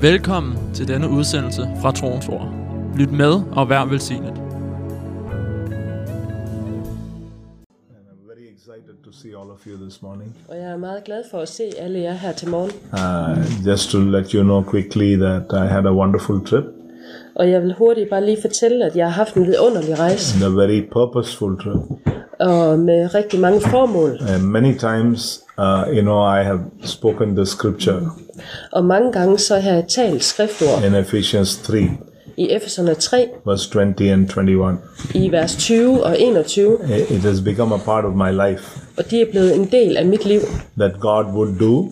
Velkommen til denne udsendelse fra Troens Ord. Lyt med og vær velsignet. And I'm very excited to see all of you this morning. Og jeg er meget glad for at se alle jer her til morgen. Uh, just to let you know quickly that I had a wonderful trip Og jeg vil hurtigt bare lige fortælle, at jeg har haft en vidunderlig and rejse, a very purposeful trip. og med rigtig mange formål. And many times, uh, you know, I have spoken the scripture Og mange gange så har jeg talt skriftord in Ephesians 3, i Efeserne 3, verse 20 and 21. i vers 20 og 21, I- It has become a part of my life og de er blevet en del af mit liv, that God would do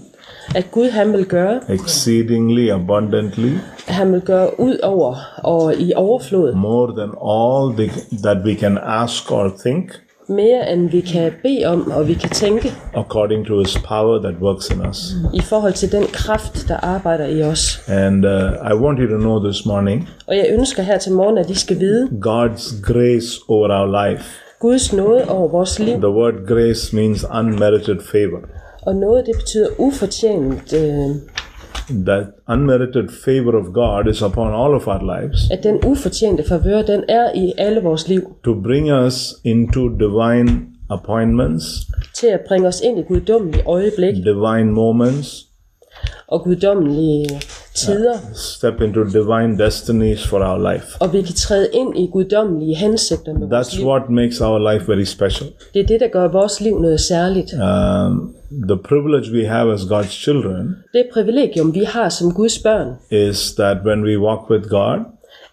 at Gud han vil gøre, exceedingly abundantly han vil gøre ud over og i overflod, more than all the, that we can ask or think mere end vi kan bede om og vi kan tænke according to his power that works in us. i forhold til den kraft, der arbejder i os. And uh, I want you to know this morning Og jeg ønsker her til morgen, at I skal vide God's grace over our life. Guds nåde over vores liv, The word grace means unmerited favor. Og noget, det betyder ufortjent, øh, That unmerited favor of God is upon all of our lives at den ufortjente favør, den er i alle vores liv, to bring us into divine appointments, til at bringe os ind i guddommelige øjeblik divine moments, og guddommelige tider, step into divine destinies for our life. og vi kan træde ind i guddommelige hensigter med vores That's liv. what makes our life very special. Det er det, der gør vores liv noget særligt. Um, the privilege we have as God's children Det privilegium, vi har som Guds børn, is that when we walk with God,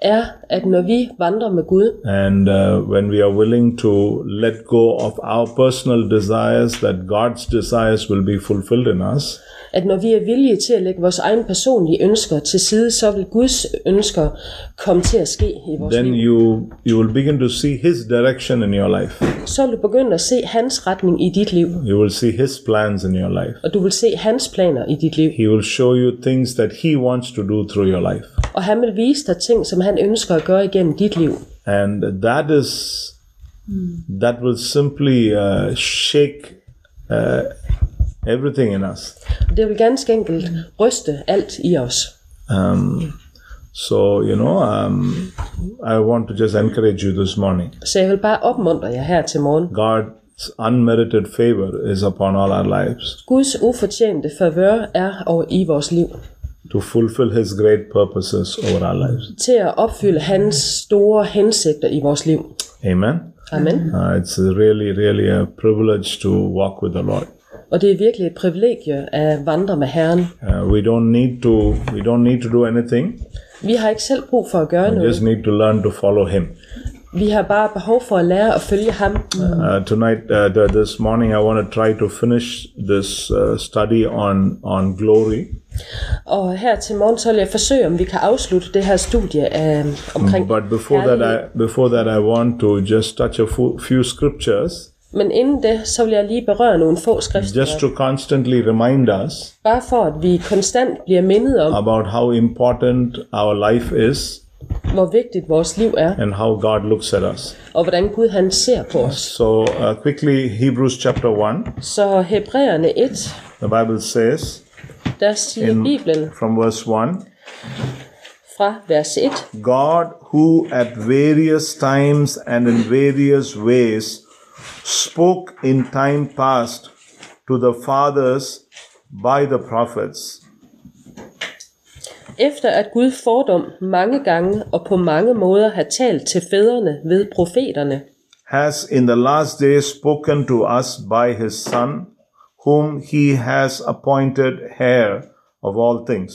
er, at når vi vandrer med Gud, And uh, when we are willing to let go of our personal desires, that God's desires will be fulfilled in us, at når vi er villige til at lægge vores egen personlige ønsker til side, så vil Guds ønsker komme til at ske i vores then liv. you you will begin to see His direction in your life. Så vil du begynde at se hans retning i dit liv. You will see His plans in your life. og du vil se hans planer i dit liv. He will show you things that He wants to do through your life, Og han vil vise dig ting, som han ønsker at gøre igennem dit liv. and that is that will simply uh, shake uh, everything in us. Og det vil ganske enkelt ryste alt i os. Um, so you know, um, I want to just encourage you this morning. Så jeg vil bare opmuntre jer her til morgen. God's unmerited favor is upon all our lives Guds ufortjente favør er over i vores liv. to fulfill His great purposes over our lives. Til at opfylde hans store hensigter i vores liv. Amen. Amen. Uh, it's really, really a privilege to walk with the Lord. Og det er virkelig et privilegie at vandre med Herren. Uh, we don't need to. We don't need to do anything. Vi har ikke selv brug for at gøre We noget. just need to learn to follow Him. Vi har bare behov for at lære at følge ham. Uh, tonight, uh, th- this morning, I want to try to finish this uh, study on on glory. Og her til morgen, så vil jeg forsøge, om vi kan afslutte det her studie af, omkring But before that, I before that, I want to just touch a fu- few scriptures Men inden det, så vil jeg lige berøre nogle få skriftsteder. just to constantly remind us Bare for, at vi konstant bliver mindet om, about how important our life is hvor vigtigt vores liv er, and how God looks at us. og hvordan Gud han ser på os. So, uh, quickly, Hebrews chapter 1, Så Hebræerne 1, the Bible says der siger In- Bibelen from verse 1 fra vers 1, God, who at various times and in various ways spoke in time past to the fathers by the prophets, Efter at Gud fordom mange gange og på mange måder har talt til fædrene ved profeterne, has in the last days spoken to us by his Son, whom he has appointed heir of all things.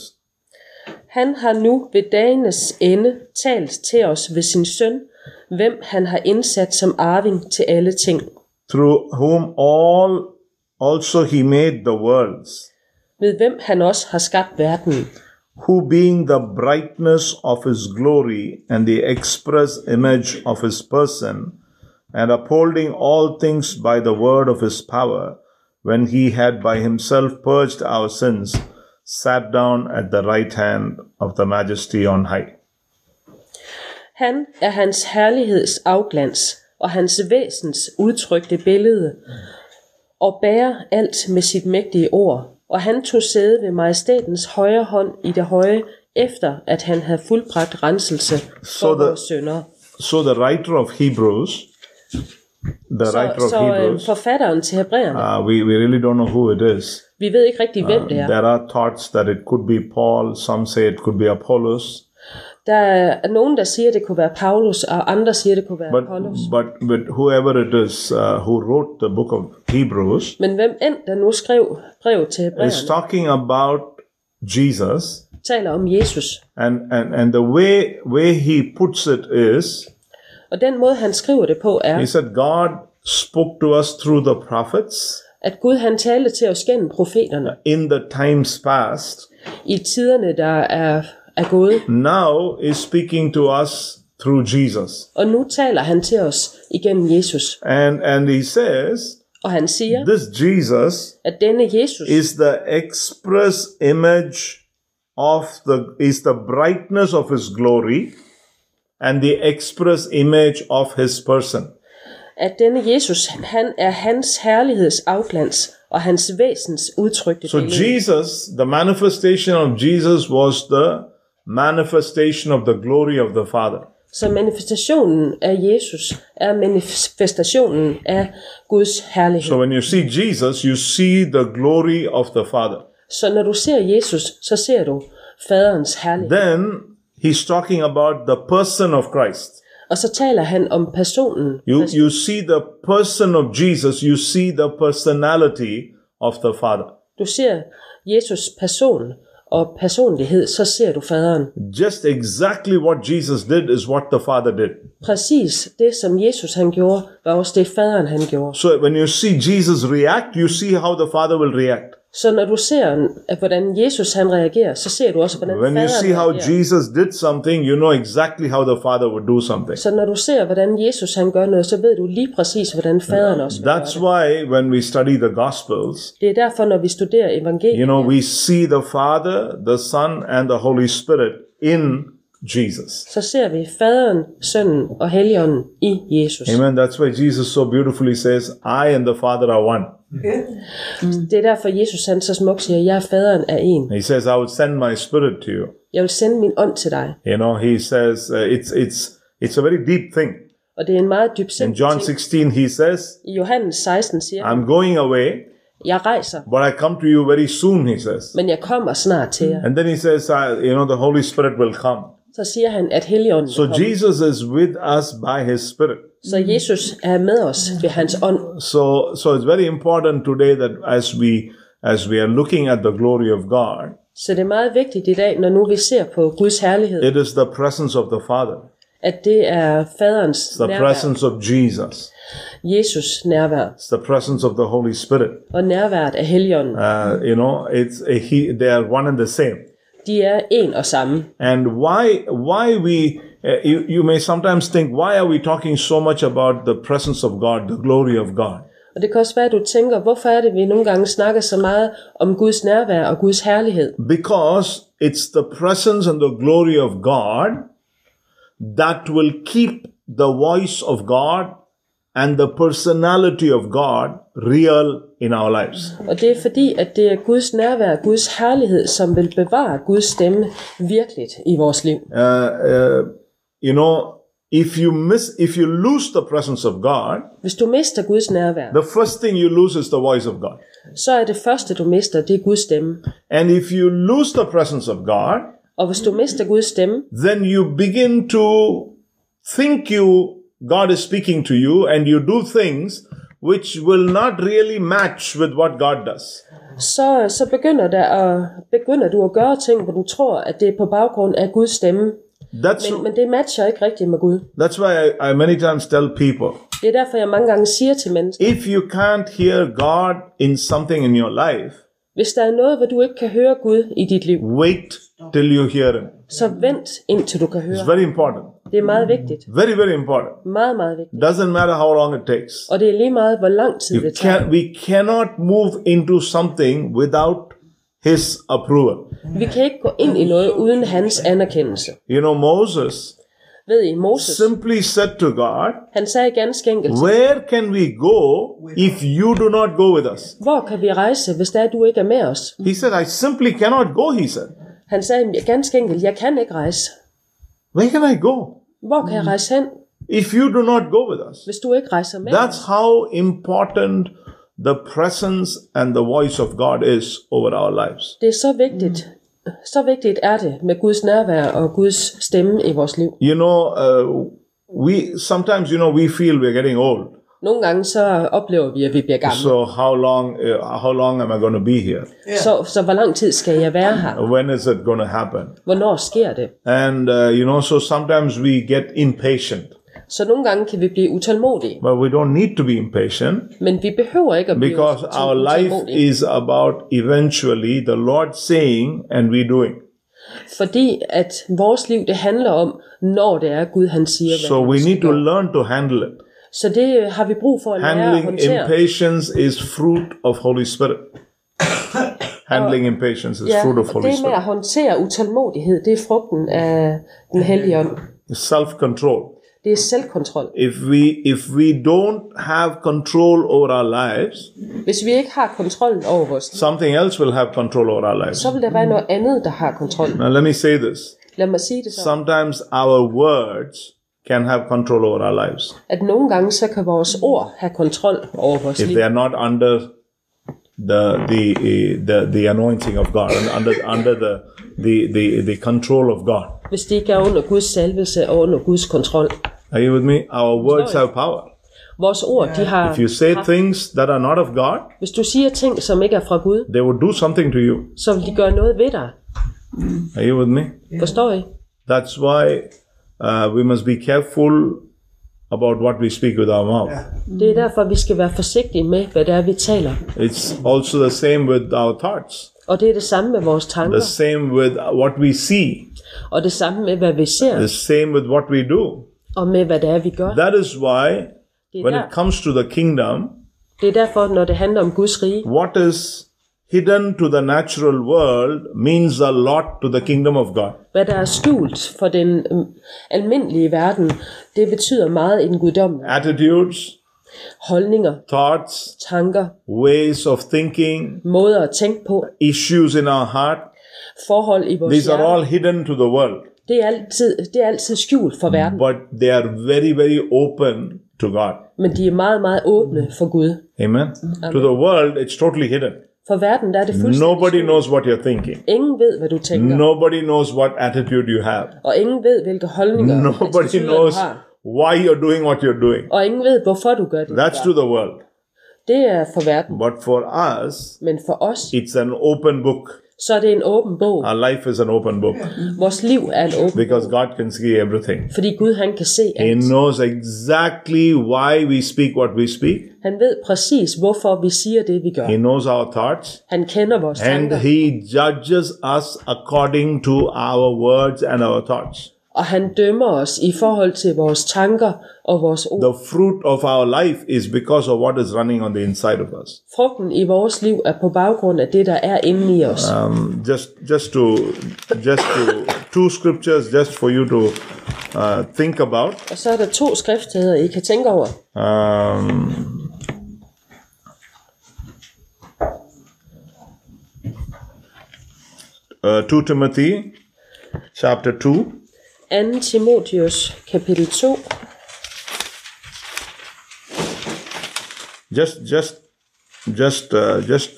han har nu ved dagenes ende talt til os ved sin søn, hvem han har indsat som arving til alle ting. through whom all also he made the worlds, Ved hvem han også har skabt verdenen. who being the brightness of his glory and the express image of his person, and upholding all things by the word of his power, when he had by himself purged our sins, sat down at the right hand of the majesty on high. Han er hans herligheds afglans og hans væsens udtrykte billede, og bærer alt med sit mægtige ord, og han tog sæde ved majestætens højre hånd i det høje, efter at han havde fuldbragt renselse Så for der- vores sønder. So the writer of Hebrews, the writer Så, of så øh, Hebrews, forfatteren til Hebræerne, uh, we, we really don't know who it is. vi ved ikke rigtig, hvem det er. There are thoughts that it could be Paul, some say it could be Apollos, Der er nogen, der siger, at det kunne være Paulus, og andre siger, at det kunne være but, Apollos. but but whoever it is uh, who wrote the book of Hebrews Men hvem end, der nu skrev brev til is Hebræerne, talking about Jesus taler om Jesus. and, and, and the way way he puts it is Og den måde, han skriver det på, he er, said God spoke to us through the prophets at Gud han talte til os gennem profeterne in the times past i tiderne, der er, er gået. now is speaking to us through Jesus Og nu taler han til os igennem Jesus. and and he says Og han siger, this Jesus at denne Jesus is the express image of the is the brightness of his glory and the express image of his person at denne Jesus, han er hans herligheds afglans og hans væsens udtrykte so billede. jesus the manifestation of jesus was the manifestation of the glory of the father Så manifestationen af Jesus er manifestationen af Guds herlighed. so when you see jesus you see the glory of the father Så når du ser Jesus, så ser du faderens herlighed. then he's talking about the person of christ Og så taler han om personen. you you see the person of jesus you see the personality of the father Du ser Jesus person og personlighed, så ser du faderen. Just exactly what Jesus did is what the Father did. Præcis det, som Jesus han gjorde, var også det, faderen han gjorde. So when you see Jesus react, you see how the Father will react. Så når du ser, at hvordan Jesus han reagerer, så ser du også, hvordan When you faderen see how reagerer. Jesus did something, you know exactly how the Father would do something. Så når du ser, hvordan Jesus han gør noget, så ved du lige præcis, hvordan faderen også gør That's det. why when we study the Gospels, Det er derfor, når vi studerer evangeliet, you know, we see the Father, the Son, and the Holy Spirit in Jesus. så ser vi faderen, sønnen og helligånden i Jesus. Amen. That's why Jesus so beautifully says, I and the Father are one. Det er derfor, Jesus han så smukt siger, jeg er faderen af en. He says, I will send my Spirit to you. Jeg vil sende min ånd til dig. You know, he says, uh, it's, it's, it's a very deep thing. Og det er en meget dyb In John ting. 16, he says, I Johannes 16 siger, han, I'm going away, jeg rejser, but I come to you very soon, he says. men jeg kommer snart til jer. And then he says, I, you know, the Holy Spirit will come. Så siger han, at helligånden So kommer. Jesus is with us by his Spirit. Så Jesus er med os ved hans ånd. So, so it's very important today that as we, as we are looking at the glory of God, Så det er meget vigtigt i dag, når nu vi ser på Guds herlighed, it is the presence of the Father, at det er faderens it's the nærvær, presence of Jesus, Jesus nærvær it's the presence of the Holy Spirit. og nærværet af helligånden. Uh, you know, it's a, he, they are one and the same. De er en og samme. and why why we uh, you, you may sometimes think why are we talking so much about the presence of god the glory of god Og det kan også være, at du tænker, hvorfor er det, vi nogle gange snakker så meget om Guds nærvær og Guds herlighed? because it's the presence and the glory of god that will keep the voice of god and the personality of god real in our lives Og det er fordi, at det er Guds nærvær og Guds herlighed, som vil bevare Guds stemme virkeligt i vores liv. Uh, uh, you know if you miss if you lose the presence of god Hvis du mister Guds nærvær, the first thing you lose is the voice of god så er det første, du mister, det er Guds stemme. and if you lose the presence of god Og hvis du mister Guds stemme, then you begin to think you God is speaking to you and you do things which will not really match with what God does. så, så begynder, der at, begynder du at gøre ting, hvor du tror, at det er på baggrund af Guds stemme. That's Men, men det matcher ikke rigtigt med Gud. that's why I, I many times tell people Det er derfor, jeg mange gange siger til mennesker, if you can't hear God in something in your life, hvis der er noget, hvor du ikke kan høre Gud i dit liv, wait till you hear him. så vent indtil du kan It's høre. very important. Det er meget vigtigt. Very, very important. Meget, meget vigtigt. Doesn't matter how long it takes. Og det er lige meget, hvor lang tid You det tager. can we cannot move into something without his approval. Vi kan ikke gå ind i noget uden hans anerkendelse. You know, Moses ved I Moses. simply said to God, Han sagde ganske enkelt, Where can we go if you do not go with us? hvor kan vi rejse, hvis der du ikke er med os? He said, I simply cannot go, he said. Han sagde ganske enkelt, jeg kan ikke rejse. Where can I go Hvor kan jeg Mm. rejse hen, if you do not go with us? hvis du ikke rejser med? That's how important the presence and the voice of God is over our lives. Det er så vigtigt. Mm. Så vigtigt er det med Guds nærvær og Guds stemme i vores liv. You know, uh, we sometimes you know we feel we're getting old. Nogle gange så oplever vi, at vi bliver gamle. So how long uh, how long am I going to be here? Så, så hvor lang tid skal jeg være her? When is it going to happen? Hvornår sker det? And uh, you know, so sometimes we get impatient, Så nogle gange kan vi blive utålmodige, but we don't need to be impatient men vi behøver ikke at blive because ut- our life utålmodige, is about eventually the Lord saying and we doing. fordi at vores liv det handler om, når det er Gud han siger, hvad So han we skal need to gøre. learn to handle it. Så det øh, har vi brug for at lære at Handling håndtere. impatience is fruit of Holy Spirit. Handling impatience is Ja, fruit og of Holy det med at Spirit. håndtere utålmodighed, det er frugten af den hellige ånd. Self-control. Det er selvkontrol. If we if we don't have control over our lives, Hvis vi ikke har kontrollen over vores liv, something else will have control over our lives. så vil der være noget andet, der har kontrol. Now let me say this. Lad mig sige det så, Sometimes our words can have control over our lives at nogle gange så kan vores ord have kontrol over vores if liv, they are not under the the eh, the, the anointing of God and under under the the, the the control of God. hvis de ikke er under Guds salvelse og under Guds kontrol. Are you with me? Our words have power. Vores ord, de har... If you say things that are not of God, Hvis du siger ting, som ikke er fra Gud, they would do something to you. så vil de gøre noget ved dig. Are you with me? Forstår I? That's why uh, we must be careful about what we speak with our mouth. Det er derfor, vi skal være forsigtige med, hvad det er, vi taler. It's also the same with our thoughts, Og det er det samme med vores the tanker, same with what we see, og det samme med, hvad the vi ser, same with what we do. og med, hvad det er, vi gør. That is why Det er, when der, it comes to the kingdom, det er derfor, når det handler om Guds rige, what is hidden to the natural world means a lot to the kingdom of God. hvad der er skjult for den øhm, almindelige verden, det betyder meget i den guddommelige. Attitudes, Holdninger, thoughts, tanker, ways of thinking, måder at tænke på, issues in our heart, forhold i vores these are hjerte, all hidden to the world, det er, altid, det er altid skjult for verden, but they are very, very open to God. men de er meget, meget åbne for Gud. Amen. To the world, it's totally hidden. For verden der er det fuldstændig Nobody skjult. knows what you're thinking. Ingen ved, hvad du tænker, Nobody knows what attitude you have. og ingen ved, hvilke holdninger Altså, Nobody attityder, knows du har. why you're doing what you're doing. Og ingen ved, hvorfor du gør det. That's to the world. Det er for verden. But for us, Men for os, it's an open book. så er det en åben bog. Our life is an open book Vores liv er en åben because God can see everything. Fordi Gud han kan se He alt. knows exactly why we speak what we speak. Han ved præcis, hvorfor vi siger det, vi gør. He knows our thoughts Han kender vores and tanker, he judges us according to our words and our thoughts. og han dømmer os i forhold til vores tanker og vores ord. The fruit of our life is because of what is running on the inside of us. Frugten i vores liv er på baggrund af det, der er inde i os. Um, just, just to, just to, two scriptures just for you to uh, think about. Og så er der to skriftsteder, I kan tænke over. Um, uh, 2 Timothy chapter 2 2. Timotheus kapitel 2. just just just uh, just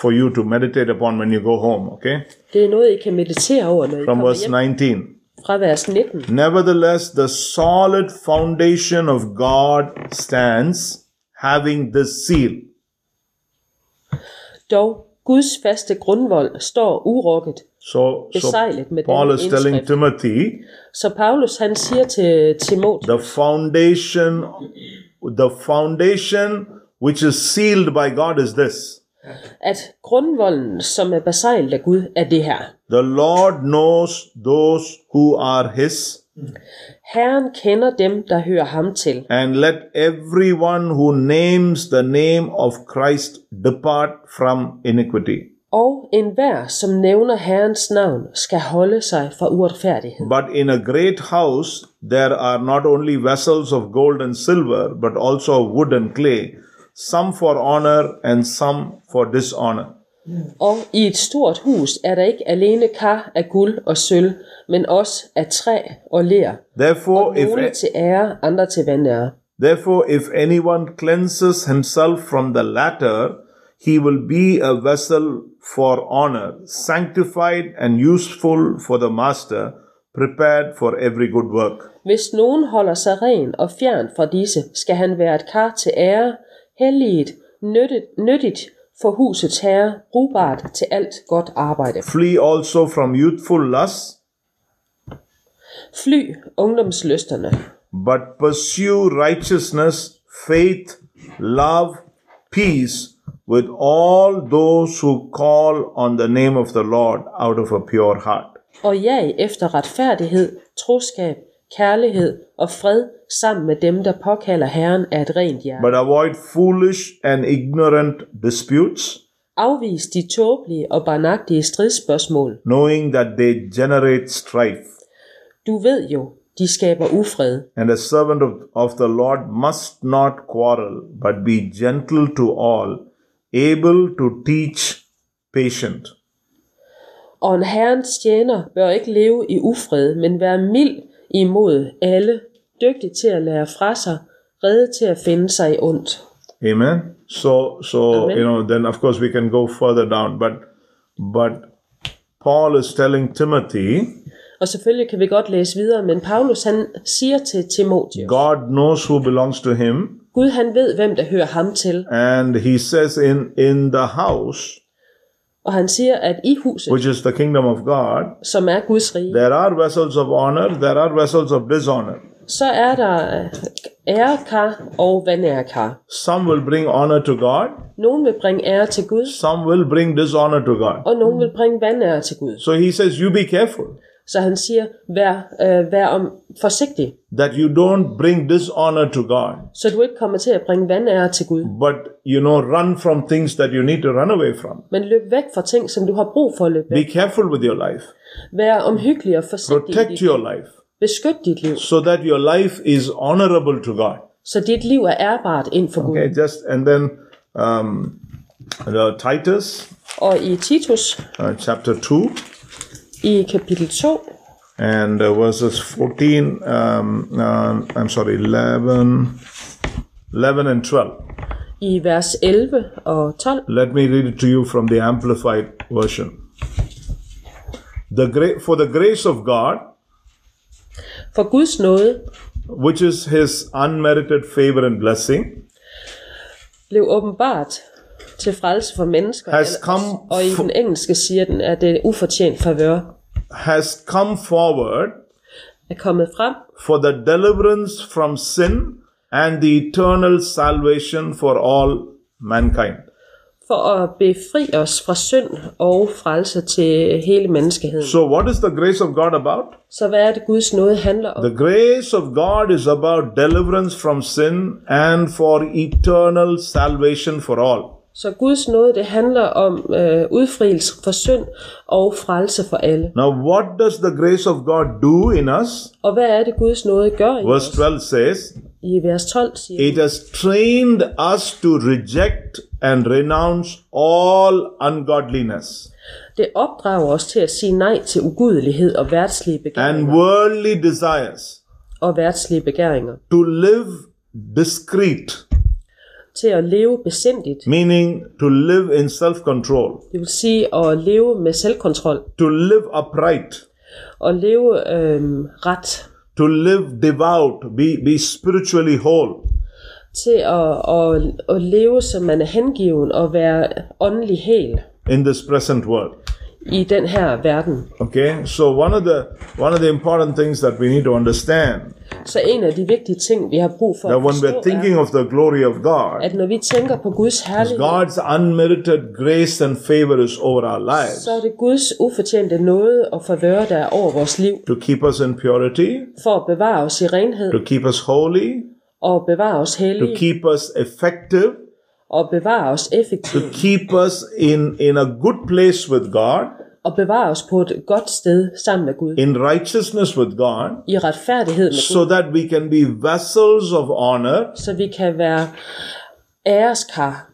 for you to meditate upon when you go home okay Det er noget, I kan meditere over, når I from kommer verse hjem 19 fra vers 19. nevertheless the solid foundation of God stands having this seal Dog, Guds faste grundvold står urokket. so, so Beseglet med Paul denne is telling indskrift. Timothy Så Paulus han siger til Timotheus, the foundation the foundation which is sealed by god is this at grundvolden, som er besejlet af Gud, er det her. the lord knows those who are his Herren kender dem, der hører ham til, and let everyone who names the name of christ depart from iniquity Og enhver, som nævner Herrens navn, skal holde sig fra uretfærdighed. But in a great house there are not only vessels of gold and silver, but also of wood and clay, some for honor and some for dishonor. Og i et stort hus er der ikke alene kar af guld og sølv, men også af træ og ler. Therefore, Nogle if til ære, andre til vandære. therefore if anyone cleanses himself from the latter, he will be a vessel for honor, sanctified and useful for the master, prepared for every good work. Hvis nogen holder sig ren og fjern fra disse, skal han være et kar til ære, helliget, nyttigt, nyttigt for husets herre, brugbart til alt godt arbejde. Flee also from youthful lusts, Fly ungdomslysterne, but pursue righteousness, faith, love, peace with all those who call on the name of the Lord out of a pure heart. og jag efter retfærdighed, troskab, kærlighed og fred sammen med dem, der påkalder Herren af et rent hjerte. But avoid foolish and ignorant disputes, Afvis de tåbelige og barnagtige stridsspørgsmål. knowing that they generate strife. Du ved jo, de skaber ufred. And a servant of, of the Lord must not quarrel, but be gentle to all, able to teach, patient. Og en herrens tjener bør ikke leve i ufred, men være mild imod alle, dygtig til at lære fra sig, redde til at finde sig i ondt. Amen. So, so Amen. you know, then of course we can go further down, but but Paul is telling Timothy, Og selvfølgelig kan vi godt læse videre, men Paulus han siger til Timotheus, God knows who belongs to him, Gud han ved, hvem der hører ham til. and he says in in the house, Og han siger, at i huset, which is the kingdom of God, som er Guds rige, there are vessels of honor, there are vessels of dishonor. så er der øh, ærekar og vandærekar. Some will bring honor to God, Nogen vil bringe ære til Gud, some will bring dishonor to God. og nogen vil bringe vandære til Gud. So he says, you be careful Så han siger, vær, øh, vær om forsigtig, that you don't bring dishonor to God, så du ikke kommer til at bringe vandære til Gud. but you know, run from things that you need to run away from. Men løb væk fra ting, som du har brug for at løbe væk. Be careful with your life. Vær omhyggelig og forsigtig. i Protect dit- your life Beskyt dit liv, so that your life is honorable to God. så dit liv er ærbart ind for Gud. Okay, just and then um, the Titus Og i Titus, uh, chapter 2 i kapitel 2, and uh, verses 14, um, um, I'm sorry, 11, 11 and 12. i vers 11 og 12, Let me read it to you from the Amplified Version. The gra- for the grace of God, for Guds nåde which is his unmerited favor and blessing, blev åbenbart til frelse for mennesker. Has eller- come og i for- den engelske siger den, at det er ufortjent favør has come forward er kommet frem for the deliverance from sin and the eternal salvation for all mankind. for at befri os fra synd og frelse til hele menneskeheden. So, what is the grace of God about? Så hvad er det Guds nåde handler om? The grace of God is about deliverance from sin and for eternal salvation for all. Så Guds nåde, det handler om øh, udfrielse for synd og frelse for alle. Now, what does the grace of God do in us? Og hvad er det, Guds nåde gør i, Verse 12 says, i vers 12? Siger, It has trained us to reject and renounce all ungodliness det opdrager os til at sige nej til ugudelighed og værtslige and begæringer. worldly desires. Og værtslige begæringer. to live discreet, Til at leve besindigt. meaning to live in self control, Det vil sige at leve med selvkontrol. to live upright, Og leve øh, ret. to live devout, be, be spiritually whole. Til at, at, at leve, som man er hengiven og være åndelig hel In this present world, i den her verden. okay. So one of the one of the important things that we need to understand Så en af de vigtige ting, vi har brug for that at when forstå, we're er, thinking of the glory of God, at når vi tænker på Guds herlighed, God's unmerited grace and favor is over our lives så er det Guds ufortjente nåde og favør, der er over vores liv, to keep us in purity, for at bevare os i renhed to keep us holy, og bevare os to hellige keep us effective, og bevare os to effektivt, keep us in, in a good place with God, og bevare os på et godt sted sammen med Gud, in righteousness with God, i retfærdighed med Gud, so that we can be vessels of honor så vi kan være æreskar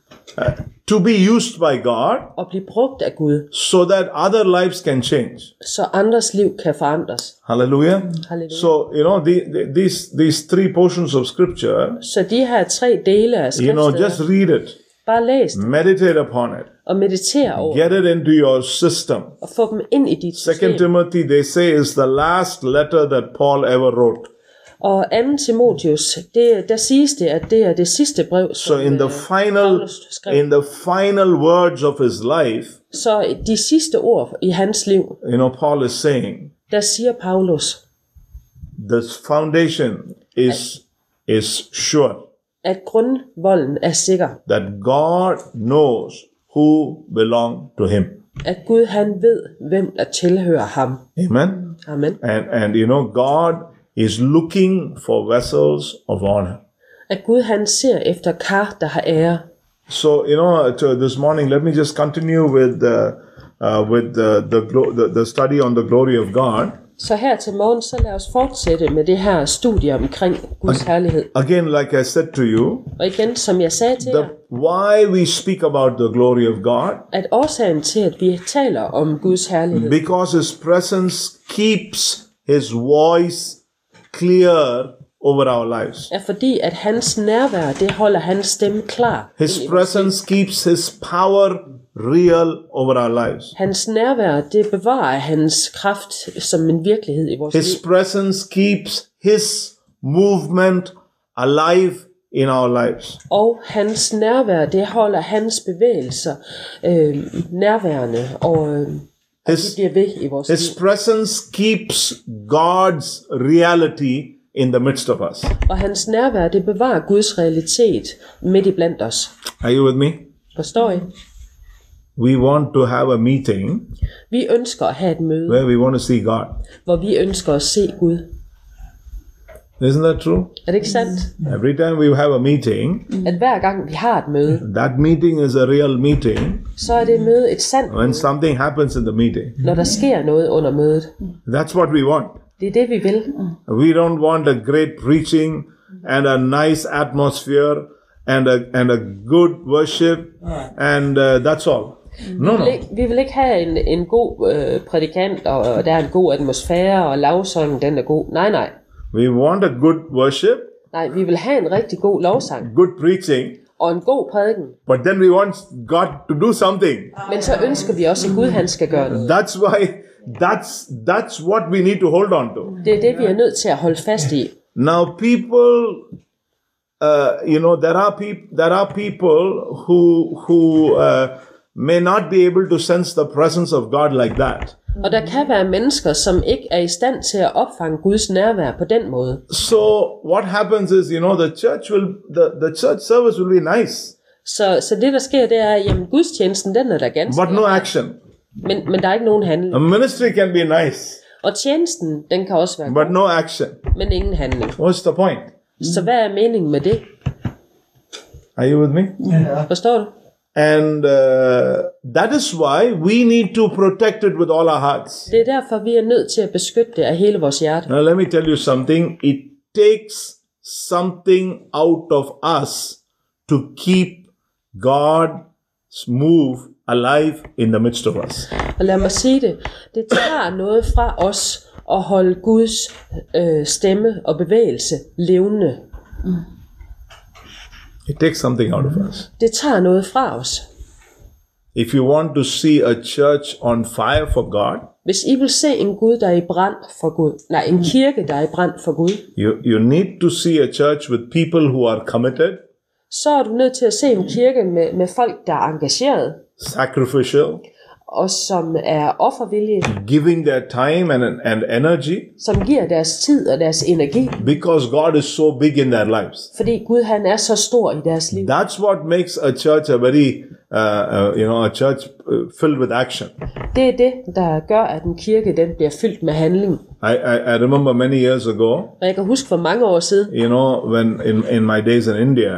to be used by God, og blive brugt af Gud, so that other lives can change. så andres liv kan forandres. Hallelujah. Hallelujah. So, you know, the, the, these, these three portions of scripture, Så de her tre dele af you know, just skriftsteder, read it, bare læs dem meditate upon it, og mediter over dem, get it into your system. og få dem ind i dit Second system. Timothy, they say, is the last letter that Paul ever wrote. Og 2. Timotius, det, der siges det, at det er det sidste brev, So som, in the øh, final Paulus skrev. in the final words of his life, Så de sidste ord i hans liv, you know, Paul is saying der siger Paulus, the foundation is is sure at grundvolden er sikker. that God knows who belong to him. At Gud han ved, hvem der tilhører ham. Amen. Amen. And and you know, God is looking for vessels of honor. At Gud han ser efter kar, der har ære. So you know, to this morning, let me just continue with the uh, with the the, glo- the the study on the glory of God. Så her til morgen, så lad os fortsætte med det her studie omkring Guds herlighed. Again, like I said to you, Og igen, som jeg sagde til jer, the why we speak about the glory of God at årsagen til, at vi taler om Guds herlighed, because his presence keeps his voice clear over our lives. er fordi, at hans nærvær, det holder hans stemme klar. His presence keeps his power real over our lives. Hans nærvær, det bevarer hans kraft som en virkelighed i vores His liv. presence keeps his movement alive in our lives. Og hans nærvær, det holder hans bevægelser øh, nærværende, og øh, at de His, bliver ved i vores his liv. presence keeps God's reality in the midst of us. Og hans nærvær, det bevarer Guds realitet midt i blandt os. Are you with me? Forstår I? We want to have a meeting Vi ønsker at have et møde, where we want to see God. hvor vi ønsker at se Gud. Isn't that true? Er det ikke sandt? Every time we have a meeting, At hver gang vi har et møde, that meeting is a real meeting så er det møde et sandt when something happens in the meeting. når der sker noget under mødet. That's what we want. Det er det, vi vil. We don't want a great preaching and a nice atmosphere and a, and a good worship and uh, that's all. No, Vi vil no. ikke- Vi vil ikke have en, en god øh, prædikant, og, og der er en god atmosfære, og lovsangen den er god. Nej, nej. We want a good worship, Nej, vi vil have en rigtig god lovsang, good preaching, og en god prædiken. but then we want God to do something. Men så ønsker vi også, at Gud han skal gøre noget. That's why that's that's what we need to hold on to. Det er det, vi er nødt til at holde fast i. Now, people, uh, you know, there are people there are people who who uh, may not be able to sense the presence of God like that. Og der kan være mennesker, som ikke er i stand til at opfange Guds nærvær på den måde. So, what happens is, you know, the church will the, the church service will be nice, Så, så det, der sker, det er, at jamen, gudstjenesten den er der ganske. but no action. Men, men der er ikke nogen handling. A ministry can be nice, Og tjenesten, den kan også være god, but no action. men ingen handling. What's the point? Så hvad er meningen med det? Are you with me? Forstår du? And uh, that is why we need to protect it with all our hearts. Det er derfor, vi er nødt til at beskytte det af hele vores hjerte. Now, let me tell you something. It takes something out of us to keep God's move alive in the midst of us. Og lad mig sige det. Det tager noget fra os at holde Guds øh, stemme og bevægelse levende. It takes something out of us. Det tager noget fra os. If you want to see a church on fire for God, Hvis I vil se en Gud, der er i brand for Gud, nej, en kirke, der er i brand for Gud, you, you need to see a church with people who are committed, så er du nødt til at se en kirke med, med folk, der er engageret, sacrificial, og som er offervillige, giving their time and, and energy som giver deres tid og deres energi, because God is so big in their lives. fordi Gud han er så stor i deres liv. That's what makes a church a very, uh, uh, you know, a church uh, filled with action. Det er det, der gør, at en kirke den bliver fyldt med handling. I, I, I remember many years ago, Og jeg kan huske for mange år siden, you know, when in, in my days in India,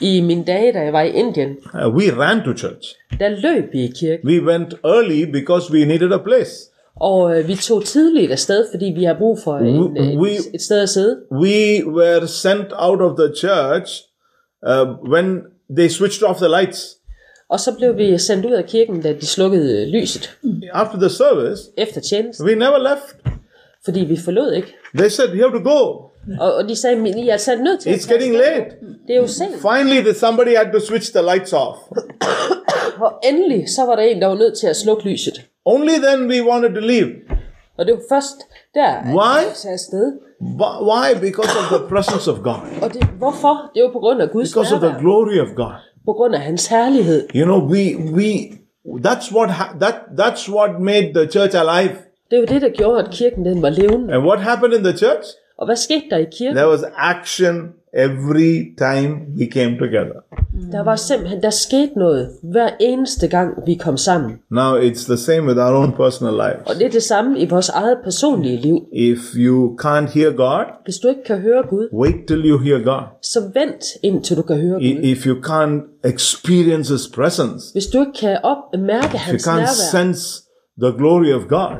I mine dage, da jeg var i Indien, Uh, we ran to church. der løb vi i kirken. We went early because we needed a place. Og øh, vi tog tidligt afsted, fordi vi har brug for en, øh, We- et sted at sidde. We were sent out of the church uh, when they switched off the lights. Og så blev vi sendt ud af kirken, da de slukkede øh, lyset After the service, efter tjeneste, we never left. fordi vi forlod ikke. They said, You have to go. Og, og de sagde, "Men I er altså nødt til at It's tage getting afsted. late. Det er jo sent. Finally, the, somebody had to switch the lights off. Og endelig, så var der en, der var nødt til at slukke lyset. Only then we wanted to leave. Og det var først der, at Why? vi tager afsted. Wh- Why? Because of the presence of God. Og det, hvorfor? Det var på grund af Guds Because of the nærvær. glory of God. På grund af hans herlighed. You know, we we that's what ha- that that's what made the church alive. Det var det, der gjorde, at kirken den var levende. And what happened in the church? Og hvad skete der i kirken? There was action every time we came together. Der var simpelthen, der skete noget hver eneste gang, vi kom sammen. Now it's the same with our own personal Og lives. det er det samme i vores eget personlige liv. If you can't hear God, Hvis du ikke kan høre Gud, wait till you hear God. så vent indtil du kan høre I- Gud. If you can't experience His presence, Hvis du ikke kan op mærke if you hans can't nærvær, sense the glory of God,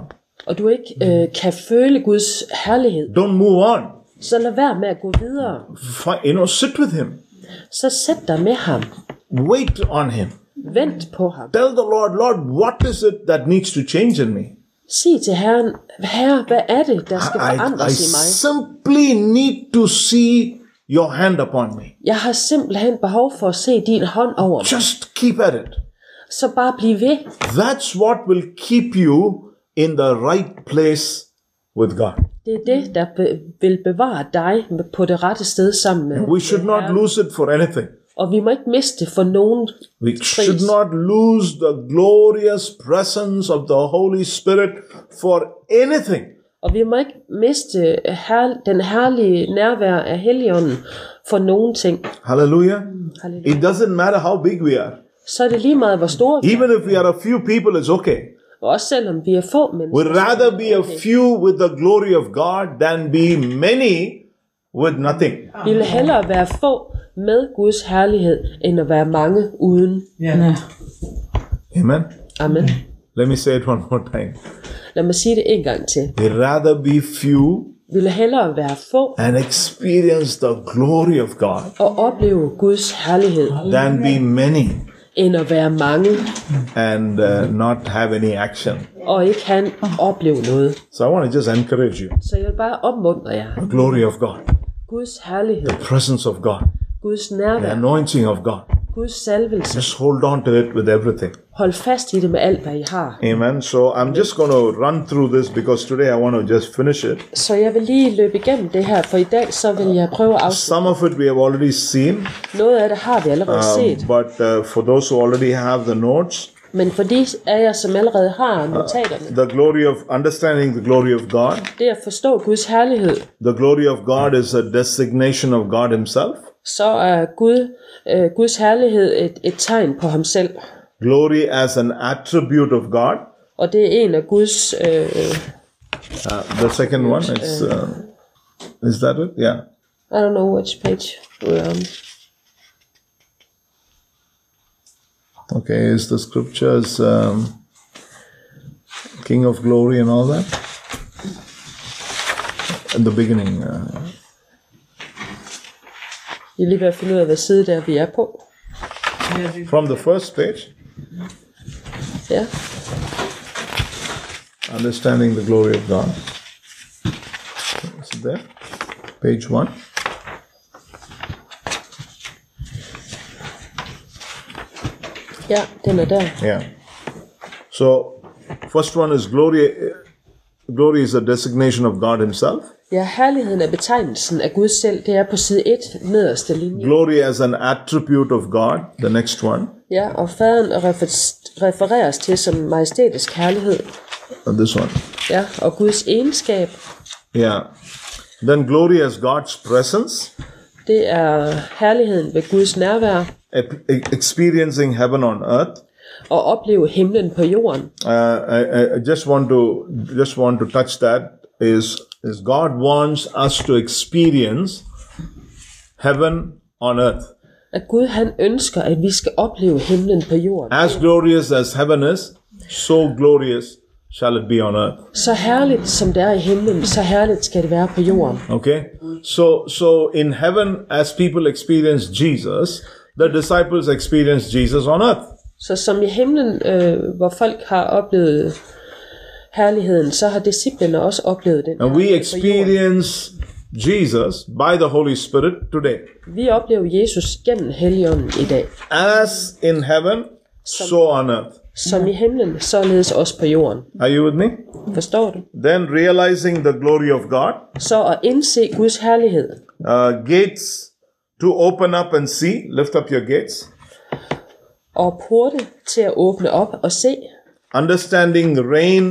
og du ikke øh, kan føle Guds herlighed, don't move on. så lad være med at gå videre. Fi- You know, sit with Him. Så sæt dig med ham. Wait on Him. Vent på ham. Tell the Lord, Lord, what is it that needs to change in me? Sig til Herren, Herre, hvad er det, der skal I, I forandres i mig? simply need to see your hand upon me. Jeg har simpelthen behov for at se din hånd over mig. Just keep at it. Så bare bliv ved. That's what will keep you in the right place with God. Det er det, der be- vil bevare dig på det rette sted sammen med. We should not lose it for anything. Og vi må ikke miste det for nogen. We should not lose the glorious presence of the Holy Spirit for anything. Og vi må ikke miste her- den herlige nærvær af Helligånden for nogen ting. Hallelujah. Halleluja. It doesn't matter how big we are. Så er det lige meget, hvor store vi er. Even if we are a few people, it's okay. Og også selvom vi er få mennesker. We'd rather be a Okay. few with the glory of God than be many with nothing. Vi vil hellere være få med Guds herlighed, end at være mange uden. Amen. Amen. Let me say it one more time. Lad mig sige det en gang til. We'd rather be few Vi vil hellere være få and experience the glory of God og opleve Guds herlighed, than be many end at være mange and uh, not have any action. og ikke han opleve noget. So I want to just encourage you. Så jeg vil bare opmuntre jer. The glory of God, Guds herlighed, the presence of God, Guds the nærvær, anointing of God. Guds salvelse. Just hold on to it with everything. Hold fast i det med alt, hvad I har. Amen. So I'm just going to run through this because today I want to just finish it. Så jeg vil lige løbe igennem det her, for i dag så vil jeg prøve at afslutte. Some of it we have already seen. Noget af det har vi allerede set, Um, but uh, for those who already have the notes, men for de af jer, som allerede har notaterne, the glory of understanding the glory of God. det at forstå Guds herlighed, The glory of God is a designation of God Himself. så er Gud, øh, Guds herlighed et, et tegn på ham selv. Glory as an attribute of God. Og det er en af Guds... Øh, Uh, the second one is uh, is that it? Yeah. I don't know which page we're on. Okay. Is the scriptures um, King of Glory and all that? At the beginning. Uh, Jeg er lige ved at finde ud af, hvad side der vi er på. from the first page, Ja. understanding the glory of God. Is it there? Page one. ja, den er der. Yeah. So, first one is glory. Glory is a designation of God Himself. Ja, herligheden er betegnelsen af Gud selv. Det er på side 1, nederste linje. Glory as an attribute of God. The next one, Ja, og faderen refer- refereres til som majestætisk herlighed. Uh, this one. Ja, og Guds egenskab, Yeah. Then glory as God's presence, det er herligheden ved Guds nærvær ep- e- experiencing heaven on earth. og opleve himlen på jorden. Uh, I, I- I just want to just want to touch that is is God wants us to experience heaven on earth. at Gud han ønsker, at vi skal opleve himlen på jorden. As glorious as heaven is, so glorious shall it be on earth. Så herligt som det er i himlen, så herligt skal det være på jorden. Okay? So so in heaven as people experience Jesus, the disciples experience Jesus on earth. Så som i himlen, øh, hvor folk har oplevet herligheden, så har disciplene også oplevet den. And we experience Jesus by the Holy Spirit today. Vi oplever Jesus gennem Helligånden i dag. As in heaven, so on earth. Som i himlen, således også på jorden. Are you with me? Forstår du? Then realizing the glory of God, Så at indse Guds herlighed. uh, gates to open up and see, lift up your gates. Og porte til at åbne op og se. Understanding reign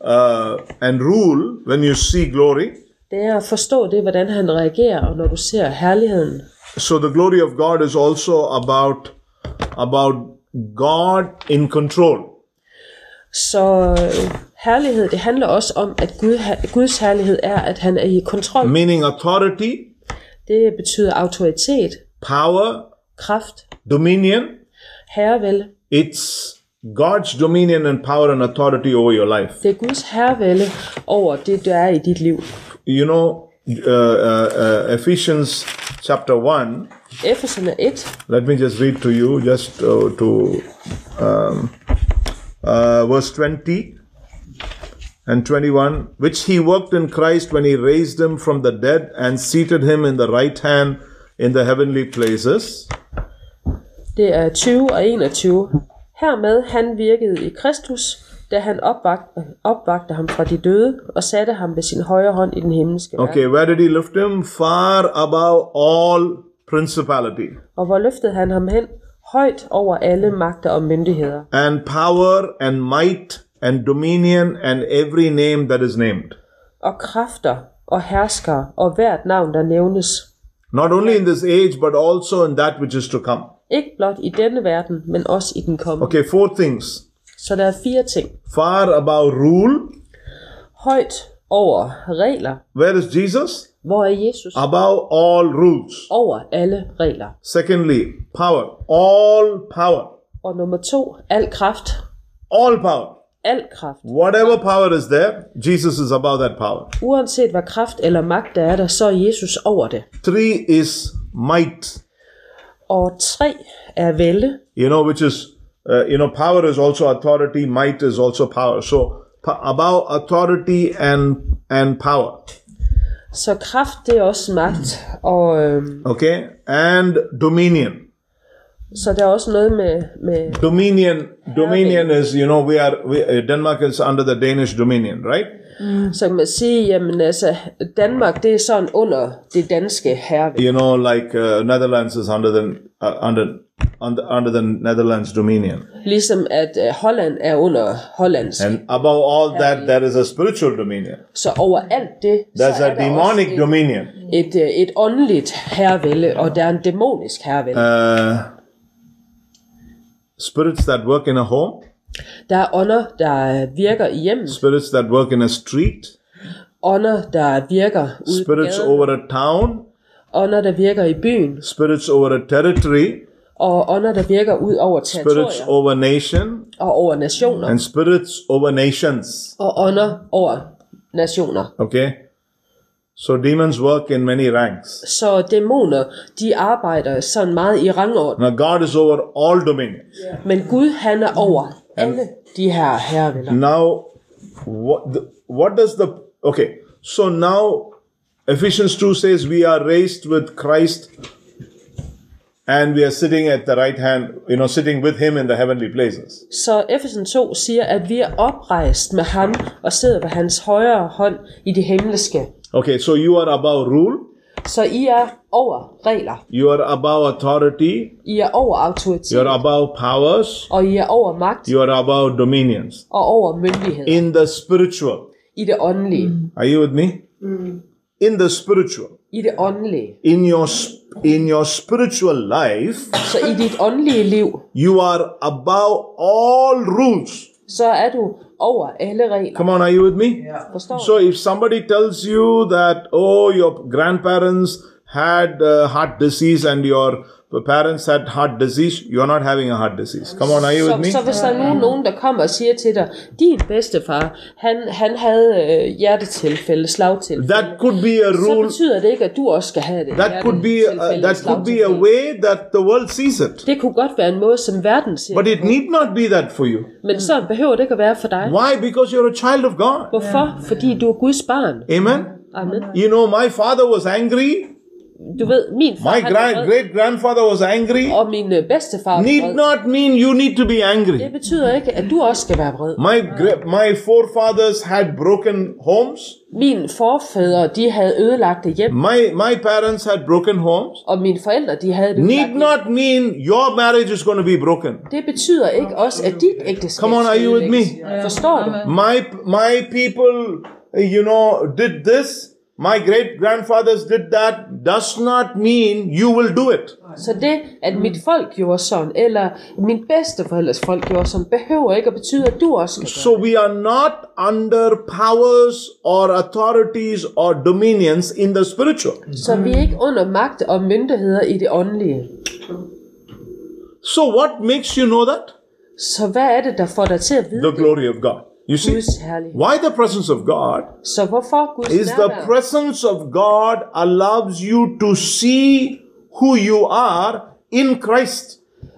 uh, and rule when you see glory. Det er at forstå det, hvordan han reagerer, og når du ser herligheden. So the glory of God is also about about God in control. Så øh, herlighed, det handler også om, at Gud, ha- Guds herlighed er, at han er i kontrol. Meaning authority, Det betyder autoritet, power, kraft, dominion. herrevælde. It's God's dominion and power and authority over your life. Det er Guds herrevælde over det, der er i dit liv. you know uh, uh, uh, ephesians chapter 1 Efeserne 1, let me just read to you just uh, to um, uh, verse 20 and 21 which he worked in christ when he raised him from the dead and seated him in the right hand in the heavenly places det er 20 og 21. Hermed han virkede i Kristus, da han opvagte, opvagte ham fra de døde og satte ham ved sin højre hånd i den himmelske verden. okay where did he lift him far above all principality Og hvor løftede han ham hen? Højt over alle magter og myndigheder. and power and might and dominion and every name that is named og kræfter og herskere og hvert navn, der nævnes. not only in this age but also in that which is to come Ikke blot i denne verden, men også i den kommende. Okay. okay four things Så der er fire ting. far above rule Højt over regler. where is jesus Hvor er Jesus? above all rules Over alle regler. secondly power all power Og nummer to, al kraft. all power Al kraft. whatever power is there jesus is above that power Uanset hvad kraft eller magt der er der, så er Jesus over det. three is might Og tre er vælde. you know which is uh, you know power is also authority might is also power so pa- above authority and and power Så kraft, det er også magt. Og øhm, okay and dominion så der er også noget med, med Dominion, dominion is you know we are we, uh, Denmark is under the Danish dominion, right? så kan man sige, jamen altså, Danmark, det er sådan under det danske herre. You know, like uh, Netherlands is under the uh, under under under the Netherlands dominion, Ligesom at øh, Holland er under hollandsk. and above all that, there is a spiritual dominion. Så over alt det, There's så er a der demonic også dominion. et, et, øh, et åndeligt herrevælde, og der er en dæmonisk herrevælde. Uh, spirits that work in a home, Der er ånder, der øh, virker i hjemmet, spirits that work in a street, ånder, der virker ude på spirits gaden, over a town, ånder, der virker i byen, spirits over a territory, og ånder, der virker ud over spirits territorier over nation, og over nationer, and spirits over nations. og ånder over nationer. Okay? So demons work in many ranks. Så dæmoner, de arbejder sådan meget i rangorden, Now God is over all dominion. men Gud, han er over alle de her herrevælder. Now, what, the, what does the. Okay, so now Ephesians 2 says we are raised with Christ and we are sitting at the right hand, you know, sitting with Him in the heavenly places. Så Efesen 2 siger, at vi er oprejst med ham og sidder ved hans højre hånd i det himmelske. Okay, so you are above rule, Så I er over regler, you are above authority, I er over you autoritet, are above powers, og I er over magt you are above dominions og over myndighed in the spiritual. i det åndelige. Are you with me? In the spiritual. I det åndelige. in your sp- in your spiritual life Så i dit åndelige liv, you are above all rules så er du over alle regler. come on are you with me Forstår so du? if somebody tells you that oh your grandparents had uh, heart disease and your parents had heart disease, you're not having a heart disease. Come on, are you with Så, me? så hvis der er nogen, nogen, der kommer og siger til dig, din bedstefar, han, han havde øh, hjertetilfælde, slagtilfælde, That could be a så rule. betyder det ikke, at du også skal have det. That could be a, Hjertetilfælde, that could be a slagtilfælde. way that the world sees it. Det kunne godt være en måde, som verden ser, But det it need not be that for you. men så behøver det ikke at være for dig. Why? Because you're a child of God. Hvorfor? Fordi du er Guds barn. Amen. Amen. You know, my father was angry. Du ved, min far, My han var gra- vred, great grandfather was angry. og min øh, bedstefar var vred. Need not mean you need to be Det angry. betyder ikke, at du også skal være vred. My gra- my forefathers had broken homes. Mine forfædre, de havde ødelagte hjem, My my parents had broken homes. og mine forældre, de havde det Need ødelagt hjem. not mean your marriage is going to be broken. Det betyder ikke også, at dit ægteskab Come on, are you with me? ødelægges. Forstår du? My my people, you know, did this. My great grandfathers did that. Does not mean you will do it. Så det, at mit folk gjorde sådan, eller min bedsteforældres folk gjorde sådan, behøver ikke at betyde, at du også skal gøre. So we are not under powers or authorities or dominions in the spiritual. Så vi er ikke under magt og myndigheder i det åndelige. So what makes you know that? Så hvad er det, der får dig til at vide The glory of God. You see, Guds herlighed? why the presence of God Så hvorfor Guds is the nærvær? presence of God allows you to see who you are in Christ.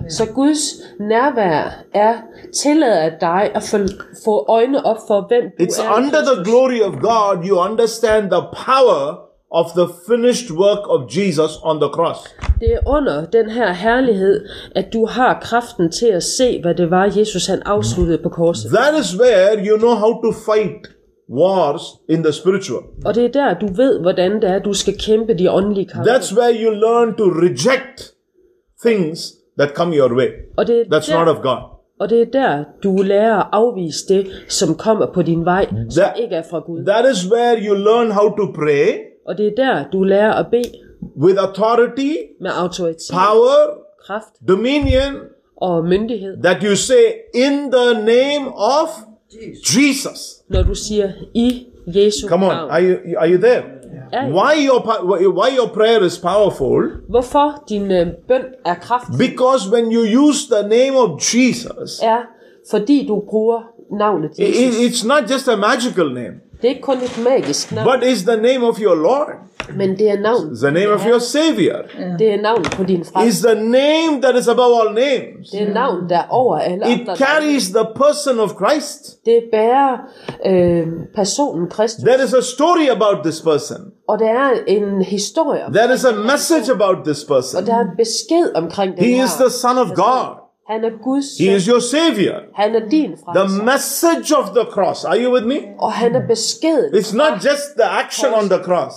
Så Guds nærvær er tillader dig at få, få øjne op for, hvem du It's er. under the glory of God you understand the power of the finished work of Jesus on the cross. Det er under den her herlighed, at du har kraften til at se, hvad det var, Jesus han afsluttede på korset. That is where you know how to fight wars in the spiritual. Og det er der, du ved, hvordan det er, du skal kæmpe de åndelige kampe. That's where you learn to reject things that come your way. og, det er That's der, not of God. og det er der, du lærer at afvise det, som kommer på din vej, som That- ikke er fra Gud. Mm. That is where you learn how to pray og det er der, du lærer at bede with authority, med autoritet, power, kraft dominion og myndighed. that you say in the name of Jesus. når du siger i Jesu Come on, navn. are you are you there? Ja, ja. Why your pa- why your prayer is powerful? Hvorfor din øh, bøn er kraft Because when you use the name of Jesus, er, fordi du bruger navnet i- Jesus. i- it's not just a magical name, Det er ikke kun et magisk navn, but it's the name of your Lord. men det er navn. It's the name of your Savior. Det er navn på din frelse. is the name that is above all names. Det er navn, der er over alle andre It carries the person of Christ. navne. Det bærer øh, personen Kristus. There is a story about this person. Og der er en historie, om- There is a message about this og person. der er en besked omkring det He her. is the Son of God. Han er Guds He søn. is your Savior. Han er din The frelser. message of the cross. Are you with me? Og han er beskedet. It's not just the action on the cross,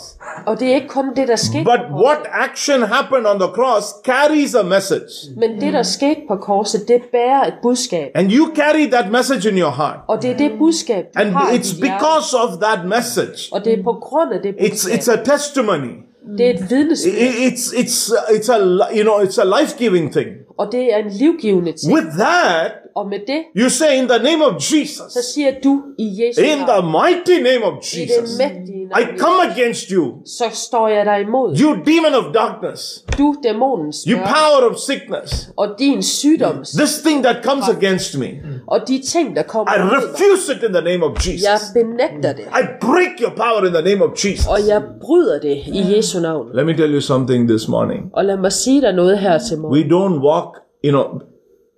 Og det er ikke kun det, der skete but på korset. what action happened on the cross carries a message. Men det, der skete på korset, det bærer et budskab. And you carry that message in your heart. Og det er det budskab, du And har i it's dit hjerte. because of that message. Og det er på grund af det It's, budskab. it's a testimony. det er et vidnesbyrd, I- it's it's uh, it's a li- you know it's a life-giving thing og det er en livgivende ting. with that Og med det, you say in the name of så jesus siger du i Jesu in the navn, mighty name of i det jesus mægtige i navn, come against you så står jeg dig imod. you demon of darkness Du, dæmonens you mørke, power of sickness og din sygdom, this thing that comes against me og de ting, der kommer i imod mig. refuse it in the name of Jeg jesus benægter det, i break your power in the name of jesus og jeg bryder det i Jesu navn. let me tell you something this morning Og lad mig sige dig noget her til morgen. we don't walk you know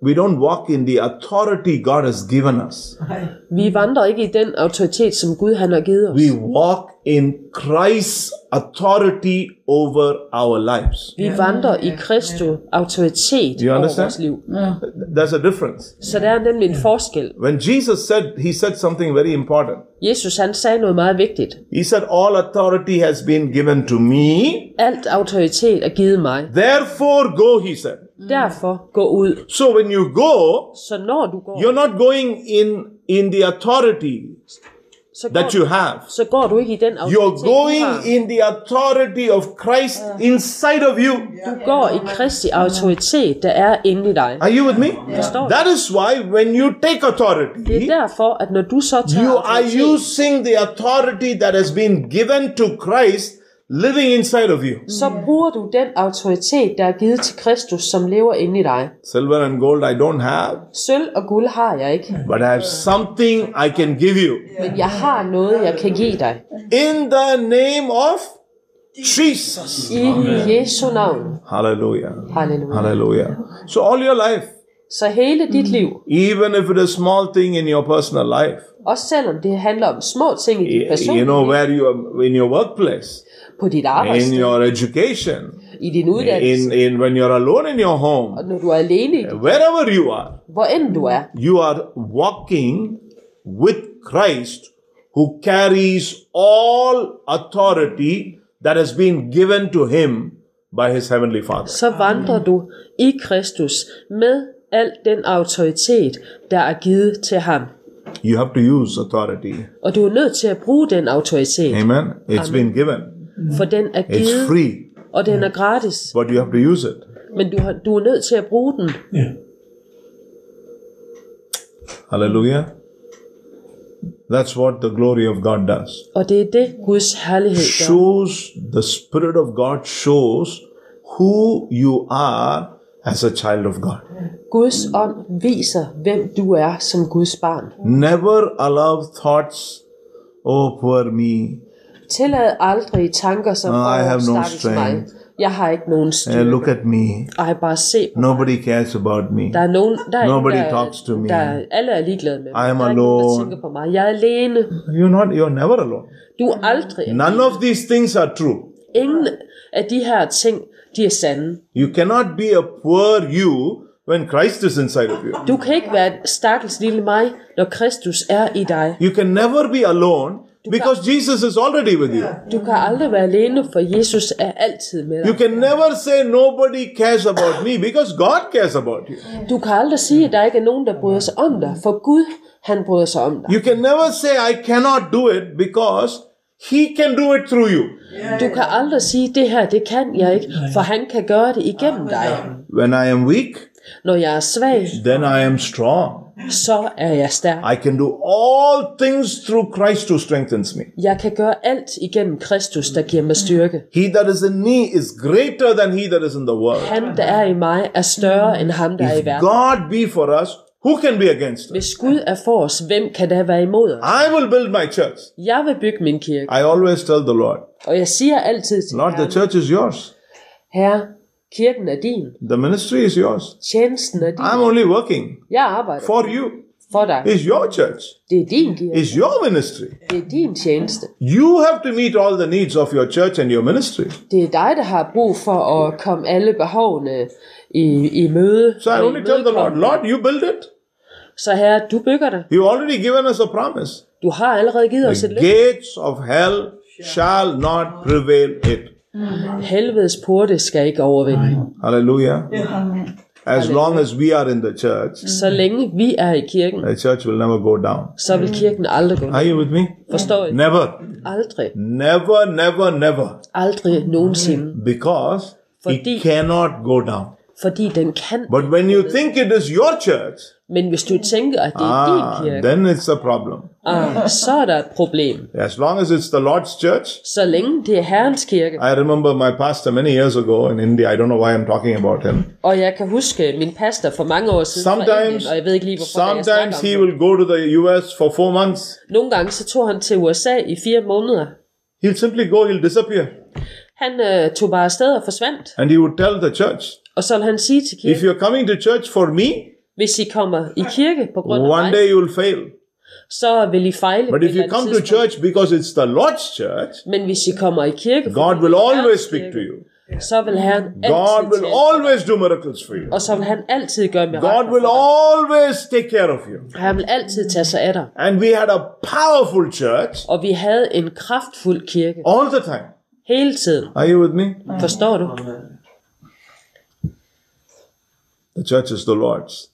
we don't walk in the authority god has given us Vi vandrer ikke i den autoritet, som Gud han har givet os. We walk in Christ's authority over our lives. Vi vandrer i Kristu autoritet you over understand? vores liv. There's a difference. Så der er nemlig en forskel. When Jesus said, he said something very important. Jesus han sagde noget meget vigtigt. He said, All authority has been given to me. Alt autoritet er givet mig. Therefore, go, he said. Derfor gå ud. So when you go, Så når du går, you're not going in, in the authority så går, that you have. så går du ikke i den autoritet, You're du going har. in the authority of Christ inside of you. Du går i Kristi autoritet, der er inde i dig. Are you with me? Forstår du? That is why when you take Det authority, er derfor, at når du så tager You are autoritet, using the authority that has been given to Christ living inside of you. så bruger du den autoritet, der er givet til Kristus, som lever inde i dig. Silver and gold I don't have, Sølv og guld har jeg ikke, but I have something I can give you. men jeg har noget, jeg kan give dig. In the name of Jesus. I Jesu navn. Hallelujah. Halleluja. Hallelujah. So, all your life, Så hele dit liv, even if it is small thing in your personal life, også selvom det handler om små ting i dit you personlige know, liv, where you are in your workplace, på dit in arbejde, your education, i din uddannelse, in, in when you're alone in your og home, når du er alene, i dit- wherever you are, hvor end du er, you are walking with Christ who carries all authority that has been given to him by his heavenly father. så vandrer Ah. du i Kristus med al den autoritet, der er givet til ham. You have to use authority. Og du er nødt til at bruge den autoritet, Amen. It's been given. for den er It's givet, free, og den er gratis. but you have to use it. Men du, har- du er nødt til at bruge den. Hallelujah. That's what the glory of God does. Og det er det, Guds herlighed gør. Shows the spirit of God shows who you are as a child of God. Guds ånd viser, hvem du er som Guds barn. Never allow thoughts, oh poor me, Tillad aldrig tanker I som, åh, have no stakkels mig. strength." Jeg har ikke nogen hey, styrke. eh, look at me, Ej, bare se på nobody cares about me. der er nogen, der er Nobody nogen, der, talks to me. Der, alle er ligeglade med mig. I am der er ikke nogen, der alone. tænker på mig. Jeg er alene. You're not, you're never alone. Du er aldrig. None of these things are true. Ingen af de her ting, de er sande. You cannot be a poor you when Christ is inside of you. Du kan ikke være et stakkels lille mig, når Kristus er i dig. You can never be alone because Jesus is already with you. Du kan aldrig være alene, for Jesus er altid med You dig. can never say nobody cares about me because God cares about you. Du kan aldrig sige, at der ikke er nogen, der bryder sig om dig, for Gud, han bryder sig om dig. You can never say I cannot do it because He can do it through you. Du kan aldrig sige, det her, det kan jeg ikke, for han kan gøre det igennem dig. When I am weak, Når jeg er svag, then I am strong. så er jeg stærk. I can do all things through Christ who strengthens me. Jeg kan gøre alt igennem Kristus, der giver mig styrke. He that is in me is greater than he that is in the world. Han, der er i mig, er større end ham, der er i If verden. God be for us, who can be against us? Hvis Gud er for os, hvem kan da være imod os? I will build my church. Jeg vil bygge min kirke, I always tell the Lord, og jeg siger altid til Lord, the Herren, church is yours. Herre, kirken er din, The ministry is yours. tjenesten er din, I'm only working jeg arbejder for you. for dig. It's your church. Det er din kirke, It's your ministry. det er din tjeneste. You have to meet all the needs of your church and your ministry. Det er dig, der har brug for at komme alle behovene i, i møde. So I og only tell the Lord, imødekomme. Lord, you build it. Så herre, du bygger dig. You've already given us a promise. Du har allerede givet os et The løb. gates of hell shall not prevail it. Helvedes porte skal ikke overvinde. Hallelujah. As long as we are in the church, Så længe vi er i kirken, the church will never go down. så vil kirken aldrig gå. ned. Are you with me? Forstår I? Never. Aldrig, Never, never, never. aldrig nogensinde. Because Fordi- it cannot go down. Fordi den kan. But when you think it is your church, Men hvis du tænker, at det er ah, din kirke, then it's a problem. ah, så er der et problem. As long as it's the Lord's church, Så længe det er Herrens kirke, I remember my pastor many years ago in India. I don't know why I'm talking about him. og jeg kan huske min pastor for mange år siden fra Sometimes, Indien, og jeg ved ikke lige, hvorfor det er, jeg sometimes he snakker om. will go to the US for four months. det. Nogle gange så tog han til USA i fire måneder. He'll simply go, he'll disappear. Han øh, tog bare afsted og forsvandt, And he would tell the church, og så ville han sige til if kirken, you're coming to church for me, hvis I kommer i kirke på grund af one mig, day you will fail. så vil I fejle på But et if eller you andet come to tidspunkt. church because it's the Lord's church, Men hvis I kommer i kirke, God will always speak to you. så vil han God altid will tale. always do miracles for you. Og så vil han altid gøre mirakler God will for dig. always take care of you. Han vil altid tage sig af dig. And we had a powerful church Og vi havde en kraftfuld kirke. all the time. Hele tiden. Are you with me? Forstår du? The church is the Lord's.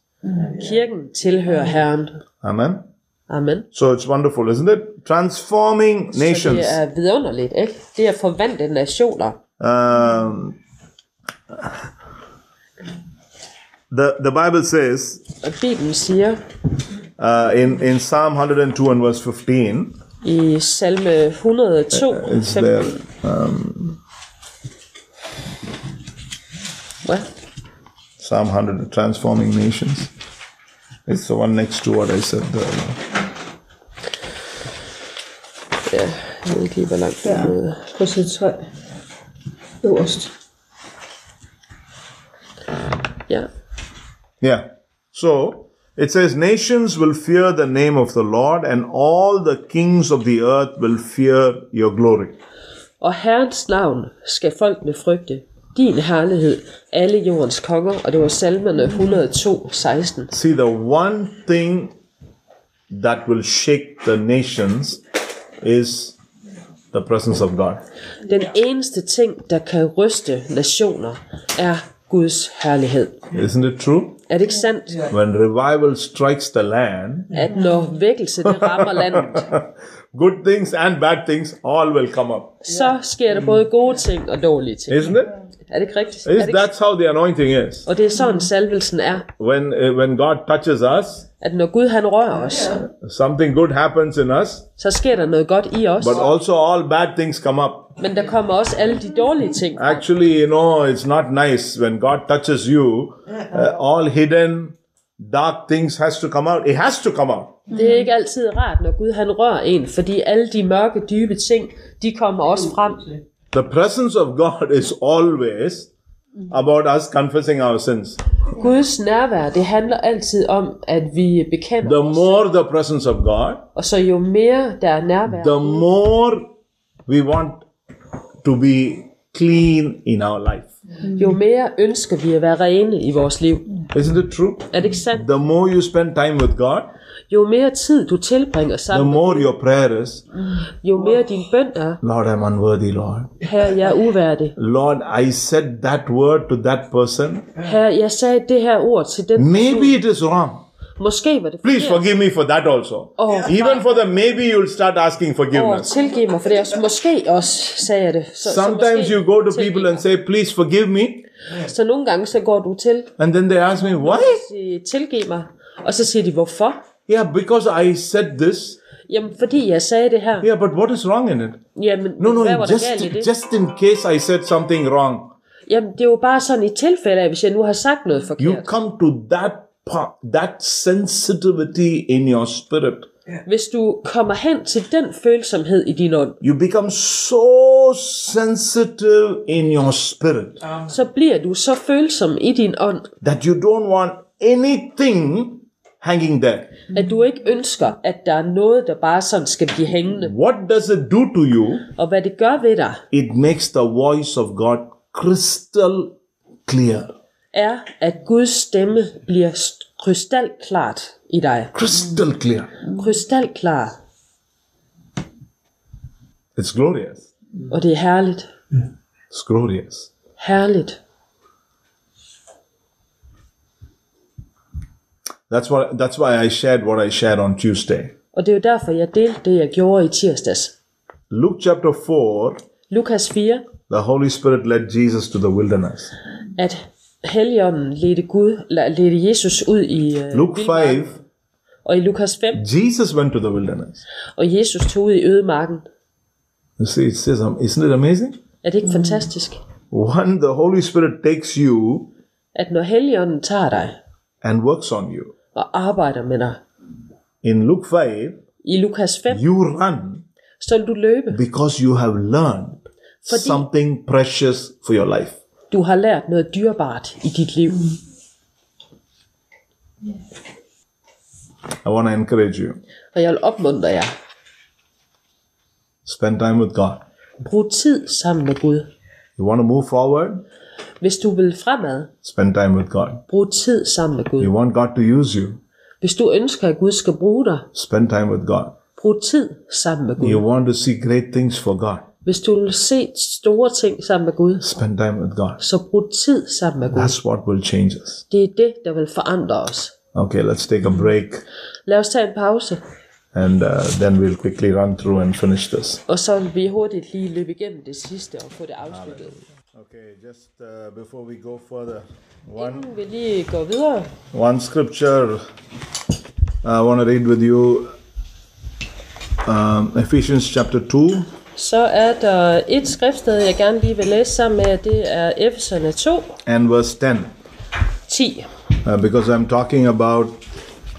Kirken tilhører Herren. Amen. Amen. So it's wonderful, isn't it? Transforming Så nations. det er vidunderligt, ikke? Det er forvandle nationer. Um, the the Bible says Og Bibelen siger uh, in in Psalm 102 and verse 15, i salme 102, It's 15. there. Ja. Psalm 100, Transforming Nations. It's the one next to what I said. there. ja, jeg ved ikke lige, hvor langt det er. nede. På side 12. Øverst. Ja. Yeah. So it says, Nations will fear the name of the Lord, and all the kings of the earth will fear your glory. Og Herrens navn skal folkene frygte. Din herlighed, alle jordens konger, og det var salmerne 102, 16. See, the one thing that will shake the nations is the presence of God. Den eneste ting, der kan ryste nationer, er Guds herlighed. Isn't it true? Er det ikke sandt, When revival strikes the land, at når vækkelse det rammer landet, good things and bad things all will come up. så sker der både gode ting og dårlige ting? Isn't it? Er det ikke rigtigt? Er det Is, ikke? that's how the anointing is. Og det er sådan salvelsen er, When, uh, when God touches us, at når Gud han rører os, something good happens in us, så sker der noget godt i os. but also all bad things come up. Men der kommer også alle de dårlige ting. frem. Actually, you know, it's not nice when God touches you. Uh, all hidden, dark things has to come out. It has to come out. Det er ikke altid rart, når Gud han rører en, fordi alle de mørke, dybe ting, de kommer også frem. The presence of God is always about us confessing our sins. Guds nærvær, det handler altid om, at vi bekender The os. more the presence of God, Og så jo mere der er nærvær, the more we want to be clean in our life. jo mere ønsker vi at være rene i vores liv. Isn't it true? Er det ikke sandt? The more you spend time with God, Jo mere tid du tilbringer the sammen, more your prayer is, jo mere din bøn er, Lord, I'm unworthy, Lord. her jeg er uværdig. Lord, I said that word to that person. Her jeg sagde det her ord til den Maybe it is wrong. Måske var det Please forkert. forgive me for that also. Oh, Even for the maybe, you'll start asking Og forgiveness. tilgiv mig for det også. Måske også sagde jeg det. Så, Sometimes så, you måske go to tilgiv people and say, Please forgive me. mig. så nogle gange så går du til And then they ask me, Why? sige, tilgiv mig. Og så siger de, hvorfor? Yeah, because I said this. Jamen, fordi jeg sagde det her. Yeah, but what is wrong in it? Jamen, No, no, hvad var der just, galt i det? just in case I said something wrong, Jamen, det er jo bare sådan i tilfælde af, hvis jeg nu har sagt noget forkert. you come to that part, that sensitivity in your spirit. Hvis du kommer hen til den følsomhed i din ånd, You become so sensitive in your spirit. så bliver du så følsom i din ånd, that you don't want anything hanging there. at du ikke ønsker, at der er noget, der bare sådan skal blive hængende. What does it do to you? Og hvad det gør ved dig, It makes the voice of God crystal clear. er, at Guds stemme bliver st- krystalklart i dig. Crystal clear. Krystalklar. It's glorious. Og det er herligt. It's glorious. Herligt. That's what that's why I shared what I shared on Tuesday. Og det er jo derfor, jeg delte det, jeg gjorde i tirsdags. Luke chapter 4, Lukas 4, the Holy Spirit led Jesus to the wilderness. at Helligånden ledte, Gud, eller ledte Jesus ud i øh, Luke vildmarken. 5, og i Lukas 5, Jesus went to the wilderness. og Jesus tog ud i ødemarken. You see, it says, um, isn't it amazing? Er det ikke mm. fantastisk? One, the Holy Spirit takes you At når Helligånden tager dig and works on you. og arbejder med dig, In Luke 5, i Lukas 5, you run så vil du løbe. because you have learned Fordi- something precious for your life. Du har lært noget dyrebart i dit liv. I want to encourage you. Og jeg vil opmuntre jer. Spend time with God. Brug tid sammen med Gud. You want to move forward? Hvis du vil fremad, Spend time with God. brug tid sammen med Gud. You want God to use you? Hvis du ønsker, at Gud skal bruge dig, Spend time with God. brug tid sammen med You Gud. want to see great things for God? Hvis du vil se store ting sammen med Gud, Spend time with God. så brug tid sammen med Gud. That's what will change us. Det er det, der vil forandre os. Okay, let's take a break Lad os tage en pause, and uh, then we'll quickly run through and finish this. og så vil vi hurtigt lige løbe igennem det sidste og få det afsluttet. Okay, just uh, before we go further, Inden vi lige går videre, uh, One scripture I want to read with you um, Ephesians chapter 2, Så er der et skriftsted, jeg gerne lige vil læse sammen med, og det er Efeserne 2, and verse 10, 10. uh, because I'm talking about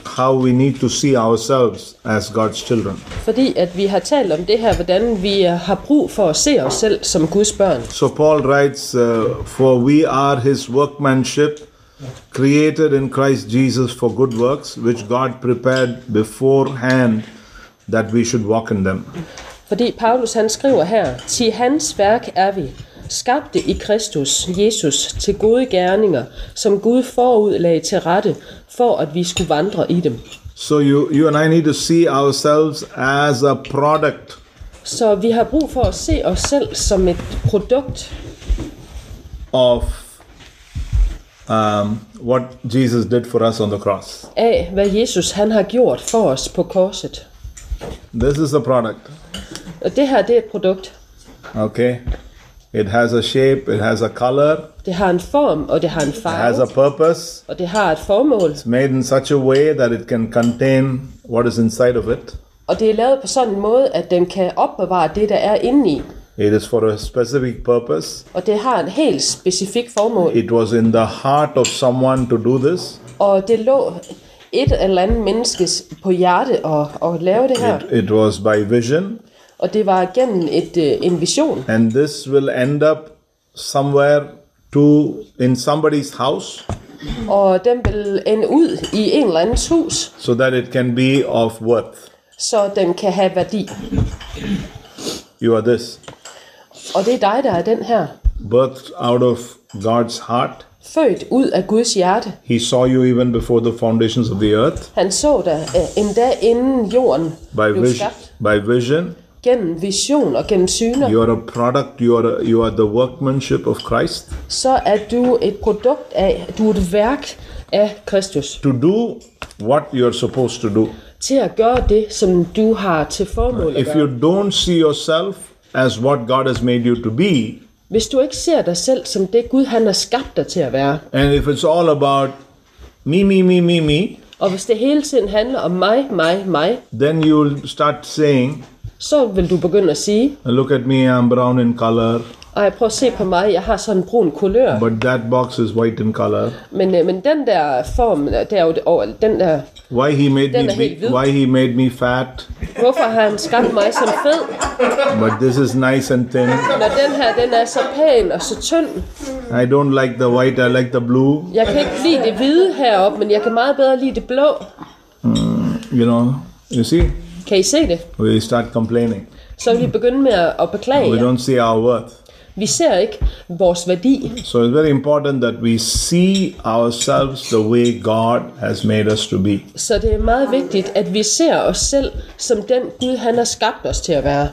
how we need to see ourselves as God's children. Fordi at vi har talt om det her, hvordan vi har brug for at se os selv som Guds børn. So Paul writes, uh, For we are his workmanship, created in Christ Jesus for good works, which God prepared beforehand that we should walk in them. Fordi Paulus han skriver her, til hans værk er vi, skabte i Kristus, Jesus, til gode gerninger, som Gud forud lagde til rette, for at vi skulle vandre i dem. So you, you and I need to see ourselves as a product Så vi har brug for at se os selv som et produkt of um, what Jesus did for us on the cross. af, hvad Jesus han har gjort for os på korset. This is a product, Og det her, det er et produkt. okay? It has a shape, it has a color, Det har en form, og det har en it has farve, a purpose. og det har et formål. It's made in such a way that it can contain what is inside of it. Og det er lavet på sådan en måde, at den kan opbevare det, der er inde i. It is for a specific purpose. Og det har en helt specifik formål. It was in the heart of someone to do this. Og det lå et eller andet menneskes på hjerte at, at lave det her. It, it was by vision, Og det var gennem et, øh, en vision. and this will end up somewhere to in somebody's house Og den vil ende ud i en eller andens hus, so that it can be of worth. så den kan have værdi. You are this Og det er dig, der er den her. birthed out of God's heart. Født ud af Guds hjerte. He saw you even before the foundations of the earth Han så dig øh, endda inden jorden by blev vision. skabt. By vision, Gennem vision og gennem syner, you are a product. You are a, you are the workmanship of Christ. så er du et produkt af, du er et værk af Kristus. to do what you're supposed to do. Til at gøre det, som du har til formål at If gøre. you don't see yourself as what God has made you to be, Hvis du ikke ser dig selv som det Gud, han har skabt dig til at være, and if it's all about me, me, me, me, me, og hvis det hele tiden handler om mig, mig, mig, then you'll start saying, så vil du begynde at sige, Look at me, I'm brown in color, ej, prøv at se på mig, jeg har sådan en brun kulør. but that box is white in color. Men, øh, men den der form, der er jo, og øh, den der, Why he made Den er me helt big, hvid. why he made me fat, hvorfor har han skabt mig som fed? but this is nice and thin. Når den her, den er så pæn og så tynd. I don't like the white, I like the blue, Jeg kan ikke lide det hvide heroppe, men jeg kan meget bedre lide det blå. you know. You see, Kan I se det? we start complaining. Så vil vi begynde med at at beklage We jer. don't see our worth. Vi ser ikke vores værdi. So it's very important that we see ourselves the way God has made us to be. Så det er meget vigtigt, at vi ser os selv som den Gud, han har skabt os til at være.